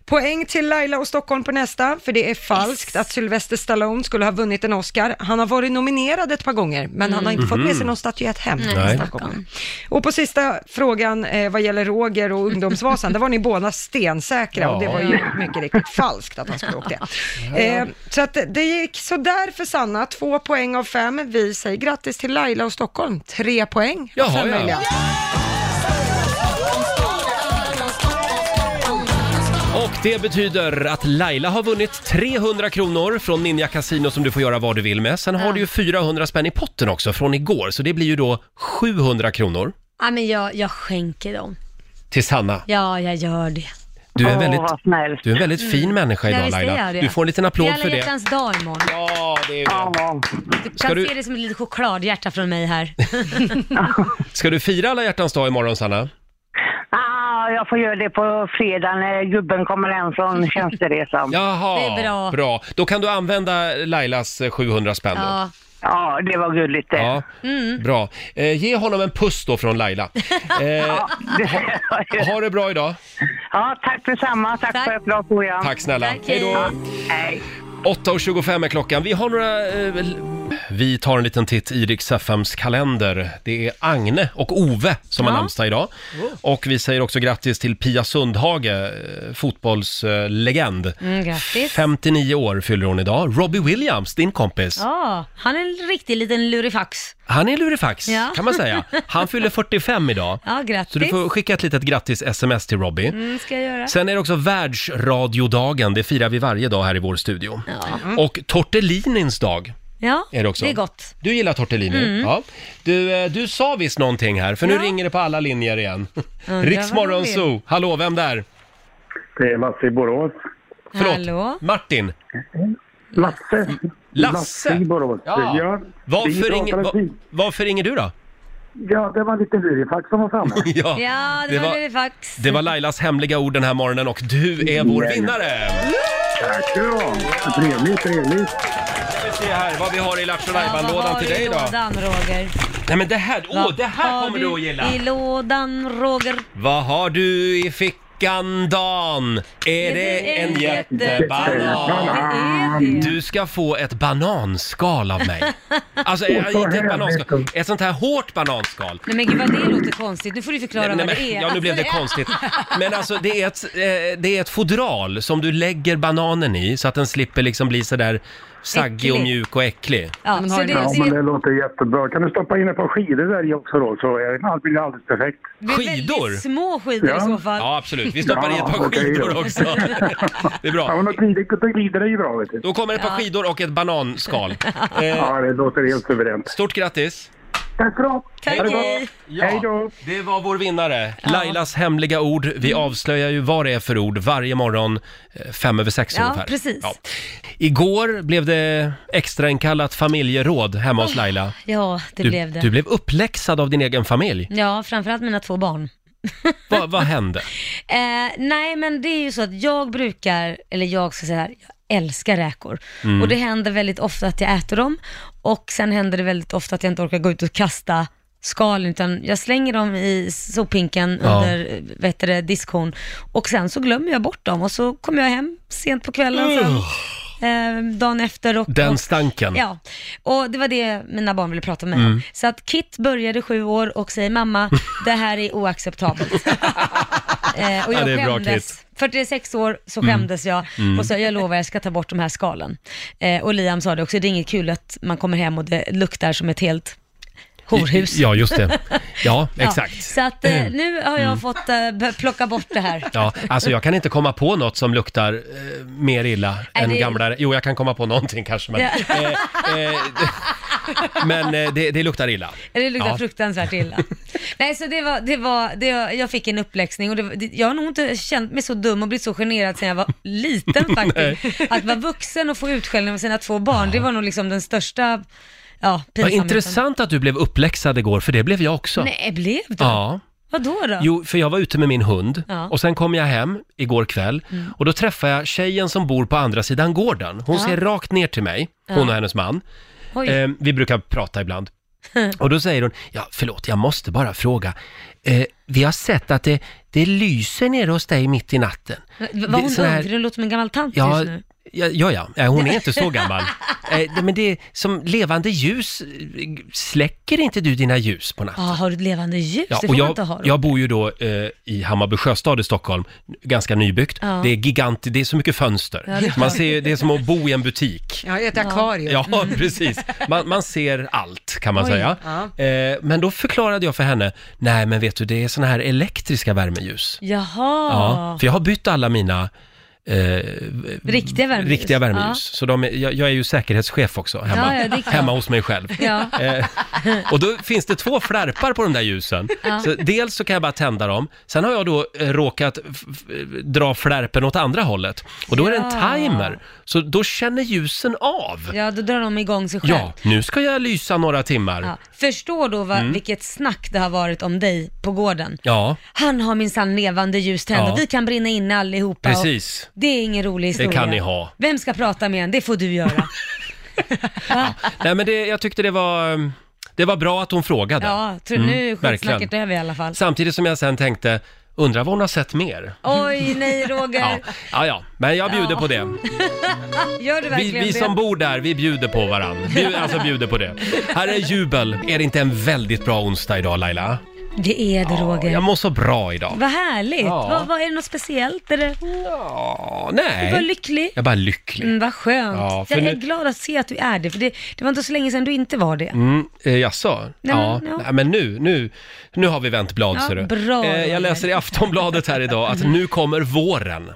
S4: Poäng till Laila och Stockholm på nästa, för det är falskt att Sylvester Stallone skulle ha vunnit en Oscar. Han har varit nominerad ett par gånger, men han har inte fått med sig
S12: Mhm.
S4: någon statyett hem.
S12: Nej,
S4: Den
S12: stackarn.
S4: gången. Och på sista frågan eh, vad gäller Roger och Ungdomsvasan, där var ni båda stensäkra och det
S12: Ja.
S4: var ju mycket riktigt falskt att han skulle ha åkt det. Eh, så att det gick sådär för Sanna, två poäng av fem. Vi säger grattis till Laila och Stockholm, tre poäng av
S12: Jaha,
S4: fem
S12: ja.
S4: möjliga.
S1: Och det betyder att Laila har vunnit 300 kronor från Ninja Casino som du får göra vad du vill med. Sen har du ju 400 spänn i potten också från igår, så det blir ju då 700 kronor
S2: Ja, men jag, jag skänker dem.
S1: till Sanna.
S2: Ja, jag gör det. Mm.
S1: Du är en väldigt, du är en
S4: Mm.
S1: väldigt fin människa
S2: Ja,
S1: idag
S2: visst är
S1: Laila.
S2: jag det.
S1: Du får en liten
S2: Det är
S1: applåd
S2: alla
S1: för det.
S2: hjärtans dag imorgon.
S1: Ja, det är
S2: Du
S1: Ska
S2: kan
S1: du-
S2: se det som ett litet chokladhjärta från mig här.
S1: Ska du fira alla hjärtans dag imorgon Sanna?
S15: Ah, jag får göra det på fredag när gubben kommer hem från tjänsteresan.
S1: Jaha, bra. Då kan du använda Lailas eh, 700 spänn då.
S15: Ja. ja, det var gulligt det.
S1: Ja,
S15: Mm.
S1: bra. Eh, ge honom en puss då från Laila. Eh, ha, ha det bra idag.
S15: Ja, tack detsamma. Tack, för ett bra program.
S1: Tack snälla. Hej då.
S15: Ja, hej.
S1: 8.25 är klockan. Vi har några... Eh, l- vi tar en liten titt i Rix FMs kalender. Det är Agne och Ove som har
S16: Ja.
S1: namnsdag idag. Och vi säger också grattis till Pia Sundhage, eh, fotbollslegend.
S2: Mm, grattis.
S1: 59 år fyller hon idag. Robbie Williams, din kompis.
S2: Ja, han är en riktig liten lurifax.
S1: Han är lurifax,
S2: Ja.
S1: kan man säga. Han fyller 45 idag.
S2: Ja, grattis.
S1: Så du får skicka ett litet grattis-sms till Robbie.
S2: Mm, ska jag göra.
S1: Sen är det också världsradiodagen, det firar vi varje dag här i vår studio. Och tortellinins dag
S2: Ja,
S1: är det också.
S2: är gott.
S1: Du gillar tortellini?
S2: Mm.
S1: Ja. Du, eh, du sa visst någonting här, för nu
S2: Ja.
S1: ringer det på alla linjer igen.
S2: vad det
S1: Riksmorgon
S2: blir.
S1: Zoo, hallå, vem där?
S17: Det är Lasse i Borås.
S1: Förlåt,
S2: Hallå?
S1: Martin?
S17: Lasse.
S1: Lasse?
S17: i Borås. Ja. Vi
S1: Varför, ringer,
S17: pratade
S1: va,
S17: precis.
S1: varför ringer du då?
S17: Ja, det var en liten lurifax som var framme.
S1: Ja,
S2: Ja, det,
S1: det
S2: var
S1: var-
S2: lurifax.
S1: Det var Lailas hemliga ord den här morgonen och du är vår vinnare!
S17: Tack ska du ha. Trevligt, trevligt.
S1: Vi ska se här vad vi har i Lattjo Lajban-lådan
S2: Vad
S1: till
S2: har du
S1: dig
S2: i
S1: idag.
S2: lådan, Roger?
S1: Nej men det här, åh
S2: Vad
S1: det här
S2: har
S1: kommer du att gilla!
S2: i lådan, Roger?
S1: Vad har du i Bakandan! Är det en jättebanan? Du ska få ett bananskal av mig. Alltså,
S2: Åh,
S1: eh,
S2: så
S1: inte ett
S2: härligt.
S1: bananskal. Ett sånt här hårt bananskal.
S2: Nej men gud vad det låter konstigt. Nu får du förklara
S1: Nej,
S2: vad
S1: men-
S2: det är.
S1: Ja, nu blev det
S2: Alltså,
S1: konstigt. Men alltså, det är, ett, eh, det är ett fodral som du lägger bananen i så att den slipper liksom bli sådär saggig och
S2: Äcklig.
S1: mjuk och äcklig.
S2: Ja, så det,
S17: ja, men
S2: det,
S17: det låter jättebra. Kan du stoppa in ett par skidor där i också då, så är det- allt blir alldeles perfekt.
S1: Skidor?
S2: små skidor i så fall.
S1: Ja, absolut. Vi stoppar i ett
S17: Ja,
S1: par
S17: okej då.
S1: skidor också. Det är bra.
S17: Ja, men då glider, då glider det ju bra, vet du.
S1: Då kommer ett par skidor och ett bananskal. Eh,
S17: Ja, det låter helt suveränt.
S1: Stort grattis!
S17: Tack så bra.
S2: Tack,
S17: Ha det bra.
S2: hej.
S1: Ja,
S17: Hej då.
S1: Det var vår vinnare. Lailas hemliga ord. Vi
S2: Mm.
S1: avslöjar ju vad det är för ord varje morgon, eh, fem över sex
S2: Ja,
S1: ungefär.
S2: precis.
S1: Igår blev det extrainkallat familjeråd hemma hos
S2: Oh,
S1: Laila.
S2: ja, det
S1: du,
S2: blev det.
S1: Du blev uppläxad av din egen familj.
S2: Ja, framförallt mina två barn.
S1: Vad- vad hände?
S2: Eh, nej, men det är ju så att jag brukar, eller jag ska säga här, jag älskar räkor.
S12: Mm.
S2: Och det händer väldigt ofta att jag äter dem och sen händer det väldigt ofta att jag inte orkar gå ut och kasta skalen utan jag slänger dem i sophinken
S12: Ja.
S2: under eh, vad heter det, diskhon och sen så glömmer jag bort dem och så kommer jag hem sent på kvällen sen, eh, dagen efter och
S1: Den
S2: och,
S1: stanken.
S2: Ja, och det var det mina barn ville prata med mig
S1: Mm.
S2: om. Så att Kit började sju år och säger mamma, det här är oacceptabelt. eh, och
S12: Ja,
S2: jag
S12: det är bra,
S2: skämdes.
S12: Kit.
S2: 46 år så
S12: Mm.
S2: skämdes jag
S12: Mm.
S2: och sa jag lovar jag ska ta bort de här skalen. Eh, och Liam sa det också, det är inget kul att man kommer hem och det luktar som ett helt horhus.
S1: Ja, just det. Ja,
S2: Ja,
S1: exakt.
S2: Så att eh, nu har jag
S1: Mm.
S2: fått eh, b- plocka bort det här.
S1: Ja, alltså jag kan inte komma på något som luktar eh, mer illa
S2: Nej,
S1: än
S2: det-
S1: gamla... Jo, jag kan komma på någonting kanske, men... eh,
S2: Ja.
S1: Men eh, det, det luktar illa.
S2: Det luktar
S1: Ja.
S2: fruktansvärt illa. Nej, så det var, det var, det var jag fick en uppläxning och det, var- det, jag har nog inte känt mig så dum och blivit så generad sedan jag var liten faktiskt. att vara vuxen och få utskällning av sina två barn, det var nog liksom den största, ja,
S1: Vad
S2: pinsamheten.
S1: intressant att du blev uppläxad igår, för det blev jag också.
S2: Nej, blev du?
S1: Ja.
S2: Vadå då?
S1: Jo, för jag var ute med min hund
S2: typ. Ja.
S1: och sen kom jag hem igår kväll
S2: Mm.
S1: och då träffade jag tjejen som bor på andra sidan gården. Hon
S2: Ja.
S1: ser rakt ner till mig, hon
S2: Ja.
S1: och hennes man.
S2: Oj.
S1: Eh, vi brukar prata ibland. Och då säger hon, ja förlåt, jag måste bara fråga. Eh, vi har sett att det, det lyser nere hos dig mitt i natten.
S2: Var hon
S1: sån här-
S2: ung? För hon låter som en gammal tant
S1: Ja,
S2: just nu.
S1: ja, ja, ja. Eh, hon är inte så gammal. Eh, det- men det är som levande ljus, eh, släcker inte du dina ljus på natten?
S2: Ja, har du ett levande ljus?
S1: Ja,
S2: det
S1: och
S2: får
S1: jag,
S2: man inte ha då.
S1: jag bor ju då eh, i Hammarby sjöstad i Stockholm, ganska nybyggt.
S2: Ja.
S1: Det är gigantiskt, det är så mycket fönster.
S2: Ja, det är
S1: man
S2: klart.
S1: ser, ju- det är som att bo i en butik.
S4: Ja, ett akvarium.
S1: Ja,
S2: Mm.
S1: precis. Man, man ser allt kan man
S4: Oj.
S1: säga.
S4: Ja.
S1: Eh, men då förklarade jag för henne, nej men vet du, det är såna här elektriska värmeljus.
S2: Jaha.
S1: Ja, för jag har bytt alla mina eh,
S2: Riktiga värmeljus.
S1: riktiga värmeljus.
S2: Ja.
S1: Så de är, jag, jag är ju säkerhetschef också hemma,
S2: Ja, ja, det är klart.
S1: hemma hos mig själv.
S2: Ja.
S1: Eh, och då finns det två flärpar på de där ljusen.
S2: Ja.
S1: Så dels så kan jag bara tända dem, sen har jag då eh, råkat f- f- dra flärpen åt andra hållet. Och då är det en
S2: Ja.
S1: timer, så då känner ljusen av.
S2: Ja, då drar de igång sig själv.
S1: Ja, nu ska jag lysa några timmar.
S2: Ja.
S1: Ja.
S2: Förstår då vad,
S1: Mm.
S2: vilket snack det har varit om dig på gården.
S1: Ja,
S2: Han har minsann levande ljus tända.
S1: Ja.
S2: Vi kan brinna inne allihopa.
S1: Precis.
S2: Och det är ingen rolig historia.
S1: det kan ni ha.
S2: Vem ska prata med en? Det får du göra.
S1: Nej men det, jag tyckte det var, eh, det var bra att hon frågade.
S2: ja, tror
S1: Mm,
S2: nu är
S1: verkligen.
S2: skitsnacket över i alla fall.
S1: Samtidigt som jag sen tänkte, undrar vad hon har sett mer?
S2: Oj, nej Roger.
S1: Ja, ja, men jag bjuder på det.
S2: Gör du
S1: Vi,
S2: verkligen
S1: vi
S2: det?
S1: som bor där, vi bjuder på varandra. Bjud, alltså bjuder på det. Här är Jubel. Är det inte en väldigt bra onsdag idag Laila?
S2: Det är det Roger.
S1: Jag mår så bra idag.
S2: Vad härligt. Vad, vad, är det något speciellt? Är det...
S1: Ja,
S2: Du var
S1: nej.
S2: lycklig.
S1: Jag är bara lycklig.
S2: Mm, vad skönt.
S1: Ja, för
S2: jag är
S1: nu-
S2: glad att se att du är det, för det, det var inte så länge sedan du inte var det.
S1: Mm, eh, jaså?
S2: Nej,
S1: ja.
S2: men, ja.
S1: Nej, men nu, nu, nu har vi vänt blad
S2: Ja,
S1: ser du.
S2: bra,
S1: Eh,
S2: Roger.
S1: jag läser i Aftonbladet här idag att nu kommer våren.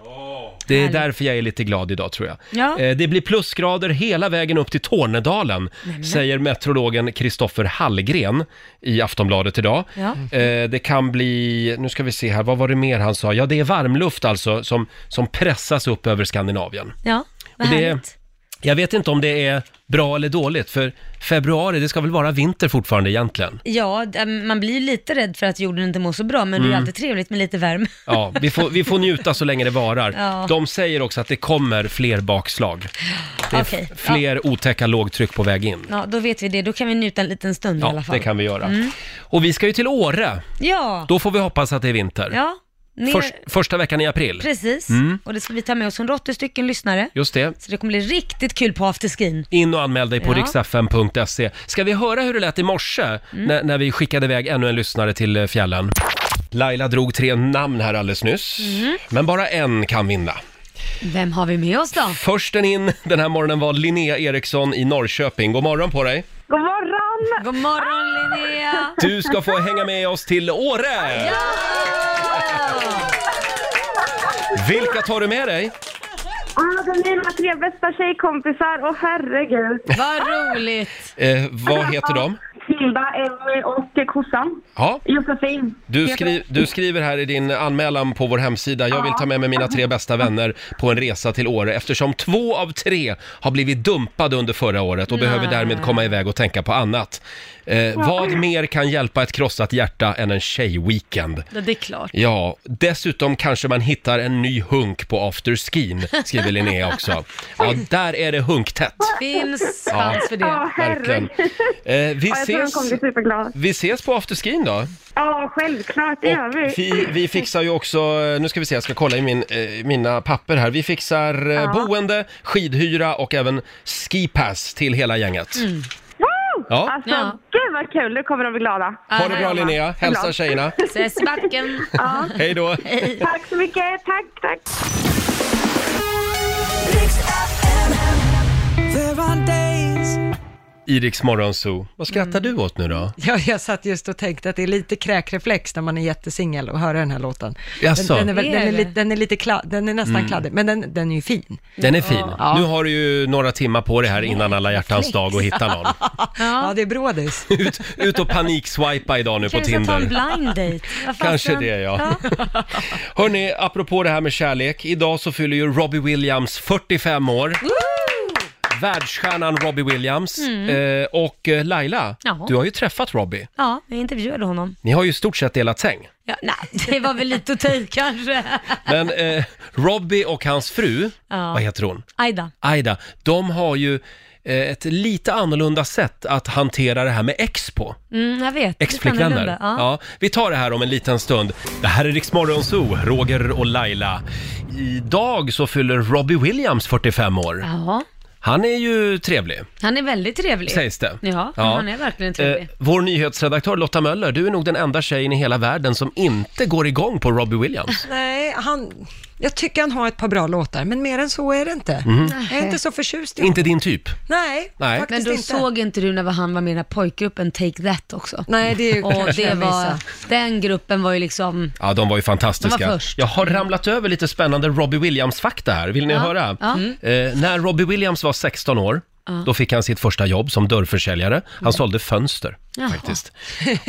S1: Det är därför jag är lite glad idag tror jag.
S2: Ja.
S1: Eh, Det blir plusgrader hela vägen upp till Tornedalen,
S2: men.
S1: säger meteorologen Kristoffer Hallgren i Aftonbladet idag.
S2: Ja.
S1: Eh, Det kan bli, nu ska vi se här, vad var det mer han sa? Ja, det är varmluft alltså som, som pressas upp över Skandinavien.
S2: Ja, vad
S1: Och det-
S2: härligt.
S1: Jag vet inte om det är bra eller dåligt, för februari, det ska väl vara vinter fortfarande egentligen?
S2: Ja, d- mm, man blir ju lite rädd för att jorden inte mår så bra, men det är
S1: Mm.
S2: ju alltid trevligt med lite värme.
S1: Ja, vi får, vi får njuta så länge det varar.
S2: Ja.
S1: De säger också att det kommer fler bakslag. Det är
S2: Okej,
S1: f- fler otäcka lågtryck på väg in.
S2: Ja, då vet vi det. Då kan vi njuta en liten stund i
S1: Ja,
S2: alla fall.
S1: det kan vi göra.
S2: Mm.
S1: Och vi ska ju till Åre.
S2: Ja,
S1: Då får vi hoppas att det är vinter.
S2: ja. Ner-
S1: Först, första veckan i april.
S2: Precis,
S1: Mm.
S2: och det ska vi ta med oss 180 stycken lyssnare.
S1: Just det.
S2: Så det kommer bli riktigt kul på afterskin.
S1: In och anmäl dig på
S2: Ja.
S1: riksfm.se. Ska vi höra hur det lät i morse
S2: Mm.
S1: när, när vi skickade iväg ännu en lyssnare till eh, fjällen? Laila drog tre namn här alldeles nyss,
S2: Mm.
S1: men bara en kan vinna.
S2: Vem har vi med oss då?
S1: Försten in den här morgonen var Linnea Eriksson i Norrköping. God morgon på dig!
S2: God morgon! God morgon Linnea!
S1: Du ska få hänga med oss till Åre! Vilka tar du med dig?
S8: Ah, de är mina tre bästa tjejkompisar och herregud.
S2: Vad roligt!
S1: Eh, vad heter de?
S8: Hilda, Emmy och kossan.
S1: Ja,
S8: Josefin.
S1: du,
S8: heter-
S1: skri du skriver här i din anmälan på vår hemsida, jag vill ta med mig mina tre bästa vänner på en resa till Åre eftersom två av tre har blivit dumpade under förra året och
S3: Nej.
S1: behöver därmed komma iväg och tänka på annat. Eh, vad mer kan hjälpa ett krossat hjärta än en tjejweekend?
S2: Ja, Det är klart.
S1: Ja, dessutom kanske man hittar en ny hunk på afterskin, skriver Linnea också. Ja, där är det hunktätt.
S2: Finns
S1: Ja.
S2: chans för det.
S1: Ja, verkligen. Eh, vi,
S8: Ja, jag tror hon
S1: ses,
S8: kommer bli superglad.
S1: vi ses på afterskin då.
S8: Ja, självklart, det gör vi.
S1: Vi, vi fixar ju också, eh, nu ska vi se, jag ska kolla i min, eh, mina papper här. Vi fixar eh,
S8: Ja.
S1: boende, skidhyra och även skipass till hela gänget.
S2: Mm.
S8: Woo!
S1: Ja.
S8: Alltså,
S1: Ja.
S8: gud vad kul, nu kommer de bli glada.
S1: Ha det bra Linnea, hälsa tjejerna.
S2: Ses i backen.
S8: Ja.
S1: Hej då.
S8: Tack så mycket, tack, tack.
S1: Iriks morgonzoo. Vad skrattar
S2: Mm.
S1: du åt nu då?
S4: Ja, jag satt just och tänkte att det är lite kräkreflex när man är jättesingel och hör den här låten.
S1: Jaså?
S4: Den, den, är, väl,
S2: Är
S4: den, är,
S2: det?
S4: lite, den är lite kla, den är nästan
S1: Mm.
S4: kladdig, men den, den är ju fin.
S1: Den är fin.
S4: Ja.
S1: Nu har du ju några timmar på dig här innan alla hjärtans dag och hitta någon.
S4: Ja, det är brådis.
S1: Ut, ut och panikswipa idag nu på
S2: Kanske ta en
S1: Tinder.
S2: blind date. Vad fan
S1: Kanske
S2: ska-
S1: det, ja. Hörni, apropå det här med kärlek. Idag så fyller ju Robbie Williams 45 år. Världsstjärnan Robbie Williams.
S2: Mm.
S1: Eh, och eh, Laila,
S2: Ja.
S1: du har ju träffat Robbie.
S2: Ja, jag intervjuade honom.
S1: Ni har ju i stort sett delat säng.
S2: Ja, nej, det var väl lite att ta i kanske.
S1: Men eh, Robbie och hans fru,
S2: Ja.
S1: vad heter hon?
S2: Aida.
S1: Aida, de har ju eh, ett lite annorlunda sätt att hantera det här med ex på.
S2: Mm, jag vet.
S1: Ex-flickvänner.
S2: Lite annorlunda,
S1: Ja. vi tar det här om en liten stund. Det här är Rix Morgon Zoo, Roger och Laila. Idag så fyller Robbie Williams 45 år.
S2: Ja.
S1: Han är ju trevlig,
S2: Han är väldigt trevlig.
S1: sägs det.
S2: Ja,
S1: Ja.
S2: han är verkligen trevlig.
S1: Eh, vår nyhetsredaktör Lotta Möller, du är nog den enda tjejen i hela världen som inte går igång på Robbie Williams.
S4: Nej, han, jag tycker han har ett par bra låtar, men mer än så är det inte.
S1: Mhm.
S4: Jag är inte så förtjust i honom.
S1: Inte din typ.
S4: Nej,
S1: Nej.
S4: faktiskt
S2: Men då
S4: inte.
S2: såg inte du när han var med i den här pojkgruppen Take That också?
S4: Nej, det är ju
S2: Och
S4: kanske
S2: det
S4: jag
S2: var,
S4: missade.
S2: Den gruppen var ju liksom...
S1: Ja, de var ju fantastiska.
S2: De var först.
S1: Jag har ramlat över lite spännande Robbie Williams-fakta här. Vill ni
S2: Ja,
S1: höra?
S2: ja.
S1: Mm. Eh, när Robbie Williams var 16 år,
S2: Ja.
S1: då fick han sitt första jobb som dörrförsäljare. Han sålde fönster.
S2: Jaha.
S1: Faktiskt.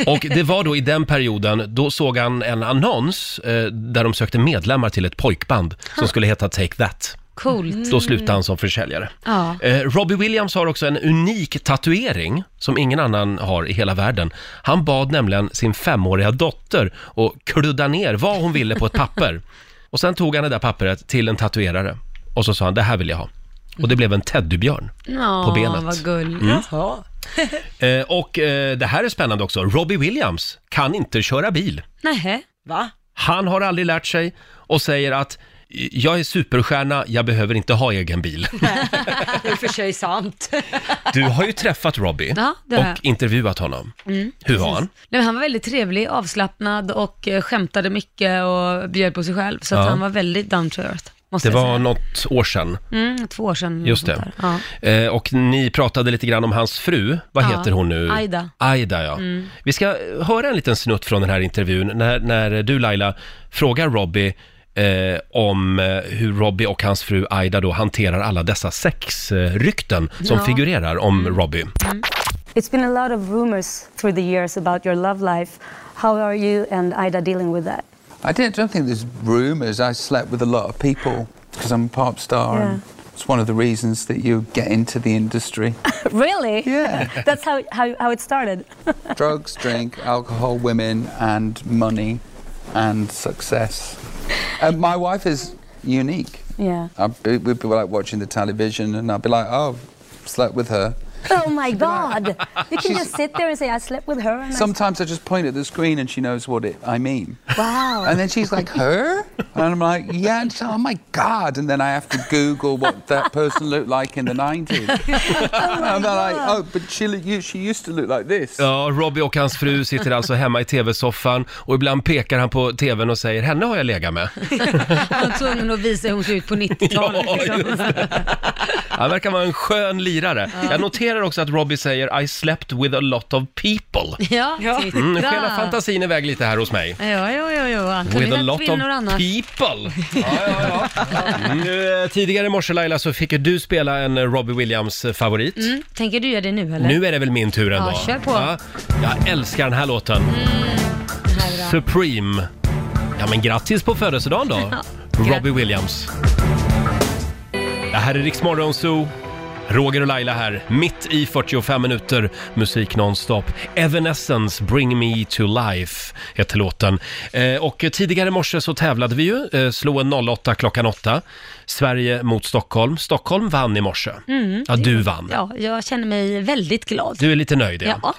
S1: Och det var då i den perioden, då såg han en annons eh, där de sökte medlemmar till ett pojkband som skulle heta Take That.
S2: Coolt.
S1: Mm. Då slutade han som försäljare.
S2: Ja.
S1: Eh, Robbie Williams har också en unik tatuering som ingen annan har i hela världen. Han bad nämligen sin femåriga dotter att kludda ner vad hon ville på ett papper. Och sen tog han det där pappret till en tatuerare och så sa han det här vill jag ha. Och det blev en teddybjörn.
S2: Ja,
S1: På benet.
S2: vad gulligt.
S1: Mm. Eh, och eh, det här är spännande också. Robbie Williams kan inte köra bil.
S2: Nähä.
S4: Va?
S1: Han har aldrig lärt sig och säger att jag är superstjärna, jag behöver inte ha egen bil.
S4: Det är för sig sant.
S1: Du har ju träffat Robbie
S2: Ja, det har
S1: och
S2: jag.
S1: intervjuat honom.
S2: Mm.
S1: Hur var han?
S2: Nej, men han var väldigt trevlig, avslappnad och eh, skämtade mycket och bjöd på sig själv. Så att
S1: Ja.
S2: han var väldigt down to earth, måste
S1: Det
S2: jag
S1: var något år sedan.
S2: säga. Mm, två år sedan.
S1: Just
S2: något
S1: det.
S2: sånt där. Ja.
S1: Eh, och ni pratade lite grann om hans fru. Vad
S2: Ja.
S1: heter hon nu?
S2: Aida.
S1: Aida, ja.
S2: Mm.
S1: Vi ska höra en liten snutt från den här intervjun när, när du Laila frågar Robbie eh, om eh, hur Robbie och hans fru Aida då hanterar alla dessa sexrykten som
S6: Ja.
S1: figurerar om
S2: Mm.
S1: Robbie.
S6: It's been a lot of rumors through the years about your love life. How are you and Ida dealing with that?
S7: I don't, don't think there's rumours. I slept with a lot of people because I'm a pop star.
S6: Yeah.
S7: And it's one of the reasons that you get into the industry.
S6: really? Yeah. That's how, how, how it started.
S7: Drugs, drink, alcohol, women, and money, and success. And my wife is unique.
S6: Yeah.
S7: I'd be, we'd be like watching the television, and I'd be like, "Oh, slept with her,"
S6: Oh my God! You can just sit there and say, I slept with her. And I
S7: Sometimes I just point at the screen and she knows what it, I mean.
S6: Wow.
S7: And then she's like, her? And I'm like, yeah. And so, oh my God. And then I have to Google what that person looked like in the 90s. and then like, oh, but she, look- you- she used to look like this.
S1: Ja, Robbie och hans fru sitter alltså hemma i tv-soffan och ibland pekar han på tvn och säger “henne har jag legat med”.
S2: Han var tvungen att visa hur hon såg ut på 90-talet. liksom.
S1: Han verkar vara en skön lirare.
S2: Ja.
S1: Jag noterar också att Robbie säger “I slept with a lot of people”.
S2: Ja, titta.
S1: Mm, nu skenar fantasin iväg lite här hos mig.
S2: Ja, jo, jo, jo.
S1: With a
S2: Antonina
S1: lot of
S2: kvinnor annars.
S1: people. Mm. Eh, Tidigare i morse Laila så fick ju du spela en eh, Robbie Williams-favorit.
S2: Mm, tänker du göra det nu eller?
S1: Nu är det väl min tur
S2: Ja,
S1: ändå?
S2: kör på.
S1: Jag älskar den här låten.
S2: Här då.
S1: Supreme. Ja, men grattis på födelsedagen då,
S2: Mm. Ja,
S1: Robbie Williams. Det här är Rix Morgon Zoo. Roger och Laila här, mitt i 45 minuter musik nonstop. Evanescence, Bring Me To Life heter låten. Eh, och tidigare i morse så tävlade vi ju, eh, slå en 08 klockan 8. Sverige mot Stockholm. Stockholm vann i morse.
S2: Mm.
S1: Ja, du vann.
S2: Ja, jag känner mig väldigt glad.
S1: Du är lite nöjd ja.
S2: Ja.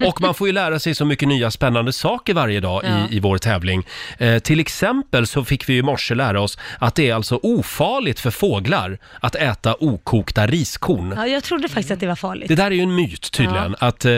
S1: ja. Och man får ju lära sig så mycket nya spännande saker varje dag
S2: Ja.
S1: i, i vår tävling. Eh, till exempel så fick vi ju i morse lära oss att det är alltså ofarligt för fåglar att äta okokta riskorn.
S2: Ja, jag trodde faktiskt att det var farligt.
S1: Det där är ju en myt tydligen, att eh,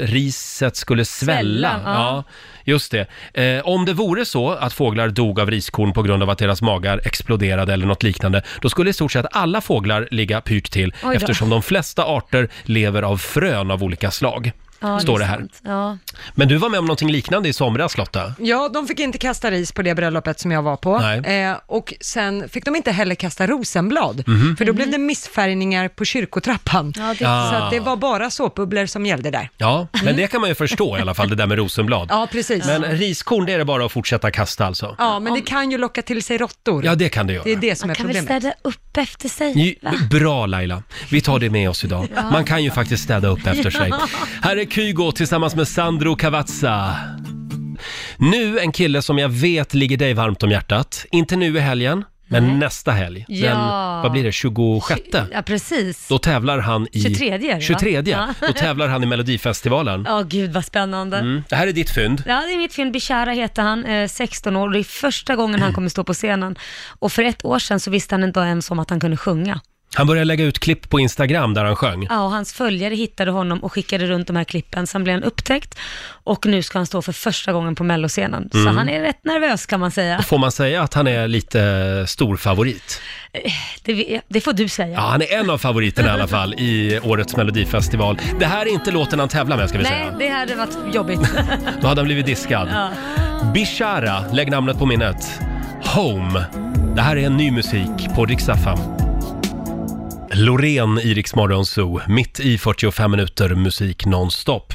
S1: riset skulle svälla.
S2: Svälla,
S1: ja.
S2: ja.
S1: just det. Eh, om det vore så att fåglar dog av riskorn på grund av att deras magar exploderade eller något liknande, då skulle i stort sett alla fåglar ligga pyrt till
S2: Oj då.
S1: eftersom de flesta arter lever av frön av olika slag.
S2: Ja,
S1: står
S2: är
S1: det här.
S2: sant. Ja.
S1: Men du var med om någonting liknande i somras Lotta.
S4: Ja, de fick inte kasta ris på det bröllopet som jag var på.
S1: Nej.
S4: Eh, och sen fick de inte heller kasta rosenblad,
S1: Mhm.
S4: för då blev det
S2: Mm.
S4: missfärgningar på kyrkotrappan.
S1: det- Ah.
S4: Så att det var bara såpbubblor som gällde där.
S1: Ja, men det kan man ju förstå i alla fall, det där med rosenblad.
S4: Ja, precis.
S1: Men riskorn, det är det bara att fortsätta kasta alltså?
S4: Ja, men det kan ju locka till sig råttor.
S1: Ja, det kan det göra.
S4: Det är det som är
S2: Kan vi
S4: problemet.
S2: städa upp efter sig?
S1: Ny-
S2: va?
S1: Bra Laila, vi tar det med oss idag.
S2: Ja.
S1: Man kan ju faktiskt städa upp efter sig.
S2: Ja.
S1: Här är Kygo tillsammans med Sandro Cavazza. Nu en kille som jag vet ligger dig varmt om hjärtat. Inte nu i helgen, men nästa helg.
S2: Ja.
S1: Den, vad blir det, 26?
S2: Ja, precis.
S1: Då tävlar han i...
S2: 23, va?
S1: 23,
S2: Ja.
S1: Då tävlar han i Melodifestivalen.
S2: Ja, gud vad spännande.
S1: Mm. Det här är ditt fynd.
S2: Ja, det är mitt film. Bishara heter han, eh, 16 år. Det är första gången han kommer stå på scenen. Och för ett år sedan så visste han inte ens om att han kunde sjunga.
S1: Han började lägga ut klipp på Instagram där han sjöng.
S2: Ja, och hans följare hittade honom och skickade runt de här klippen. Sen blev han upptäckt och nu ska han stå för första gången på melloscenen. Så
S1: Mm.
S2: han är rätt nervös kan man säga.
S1: Får man säga att han är lite stor favorit?
S2: Eh, Det, det får du säga.
S1: Ja, han är en av favoriterna i alla fall i årets melodifestival. Det här är inte låten han tävlar med ska vi
S2: Nej,
S1: säga.
S2: det hade varit jobbigt.
S1: Då hade han blivit diskad.
S2: ja.
S1: Bishara, lägg namnet på minnet. Home. Det här är en ny musik på Rix FM. Loreen i Rix Morgon Zoo, mitt i 45 minuter musik nonstop.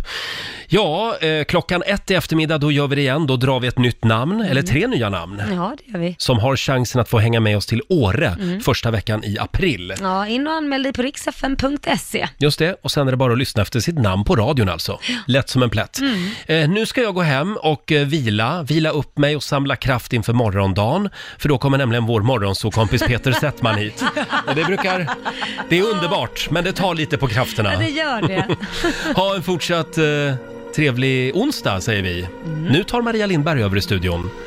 S1: Ja, eh, klockan ett i eftermiddag då gör vi det igen. Då drar vi ett nytt namn,
S2: Mm.
S1: eller tre nya namn.
S2: ja, det gör vi.
S1: Som har chansen att få hänga med oss till Åre
S2: Mm.
S1: första veckan i april.
S2: Ja, in och anmäl dig på riksfn.se.
S1: Just det, och sen är det bara att lyssna efter sitt namn på radion alltså. Lätt som en plätt.
S2: Mm.
S1: Eh, nu ska jag gå hem och eh, vila, vila upp mig och samla kraft inför morgondagen. För då kommer nämligen vår morgonsåkompis Peter Settman hit. Och det brukar, det är underbart, men det tar lite på krafterna.
S2: Ja, det gör det.
S1: ha
S2: Mm.
S1: en fortsatt eh, trevlig onsdag säger vi. Nu tar Maria Lindberg över i studion.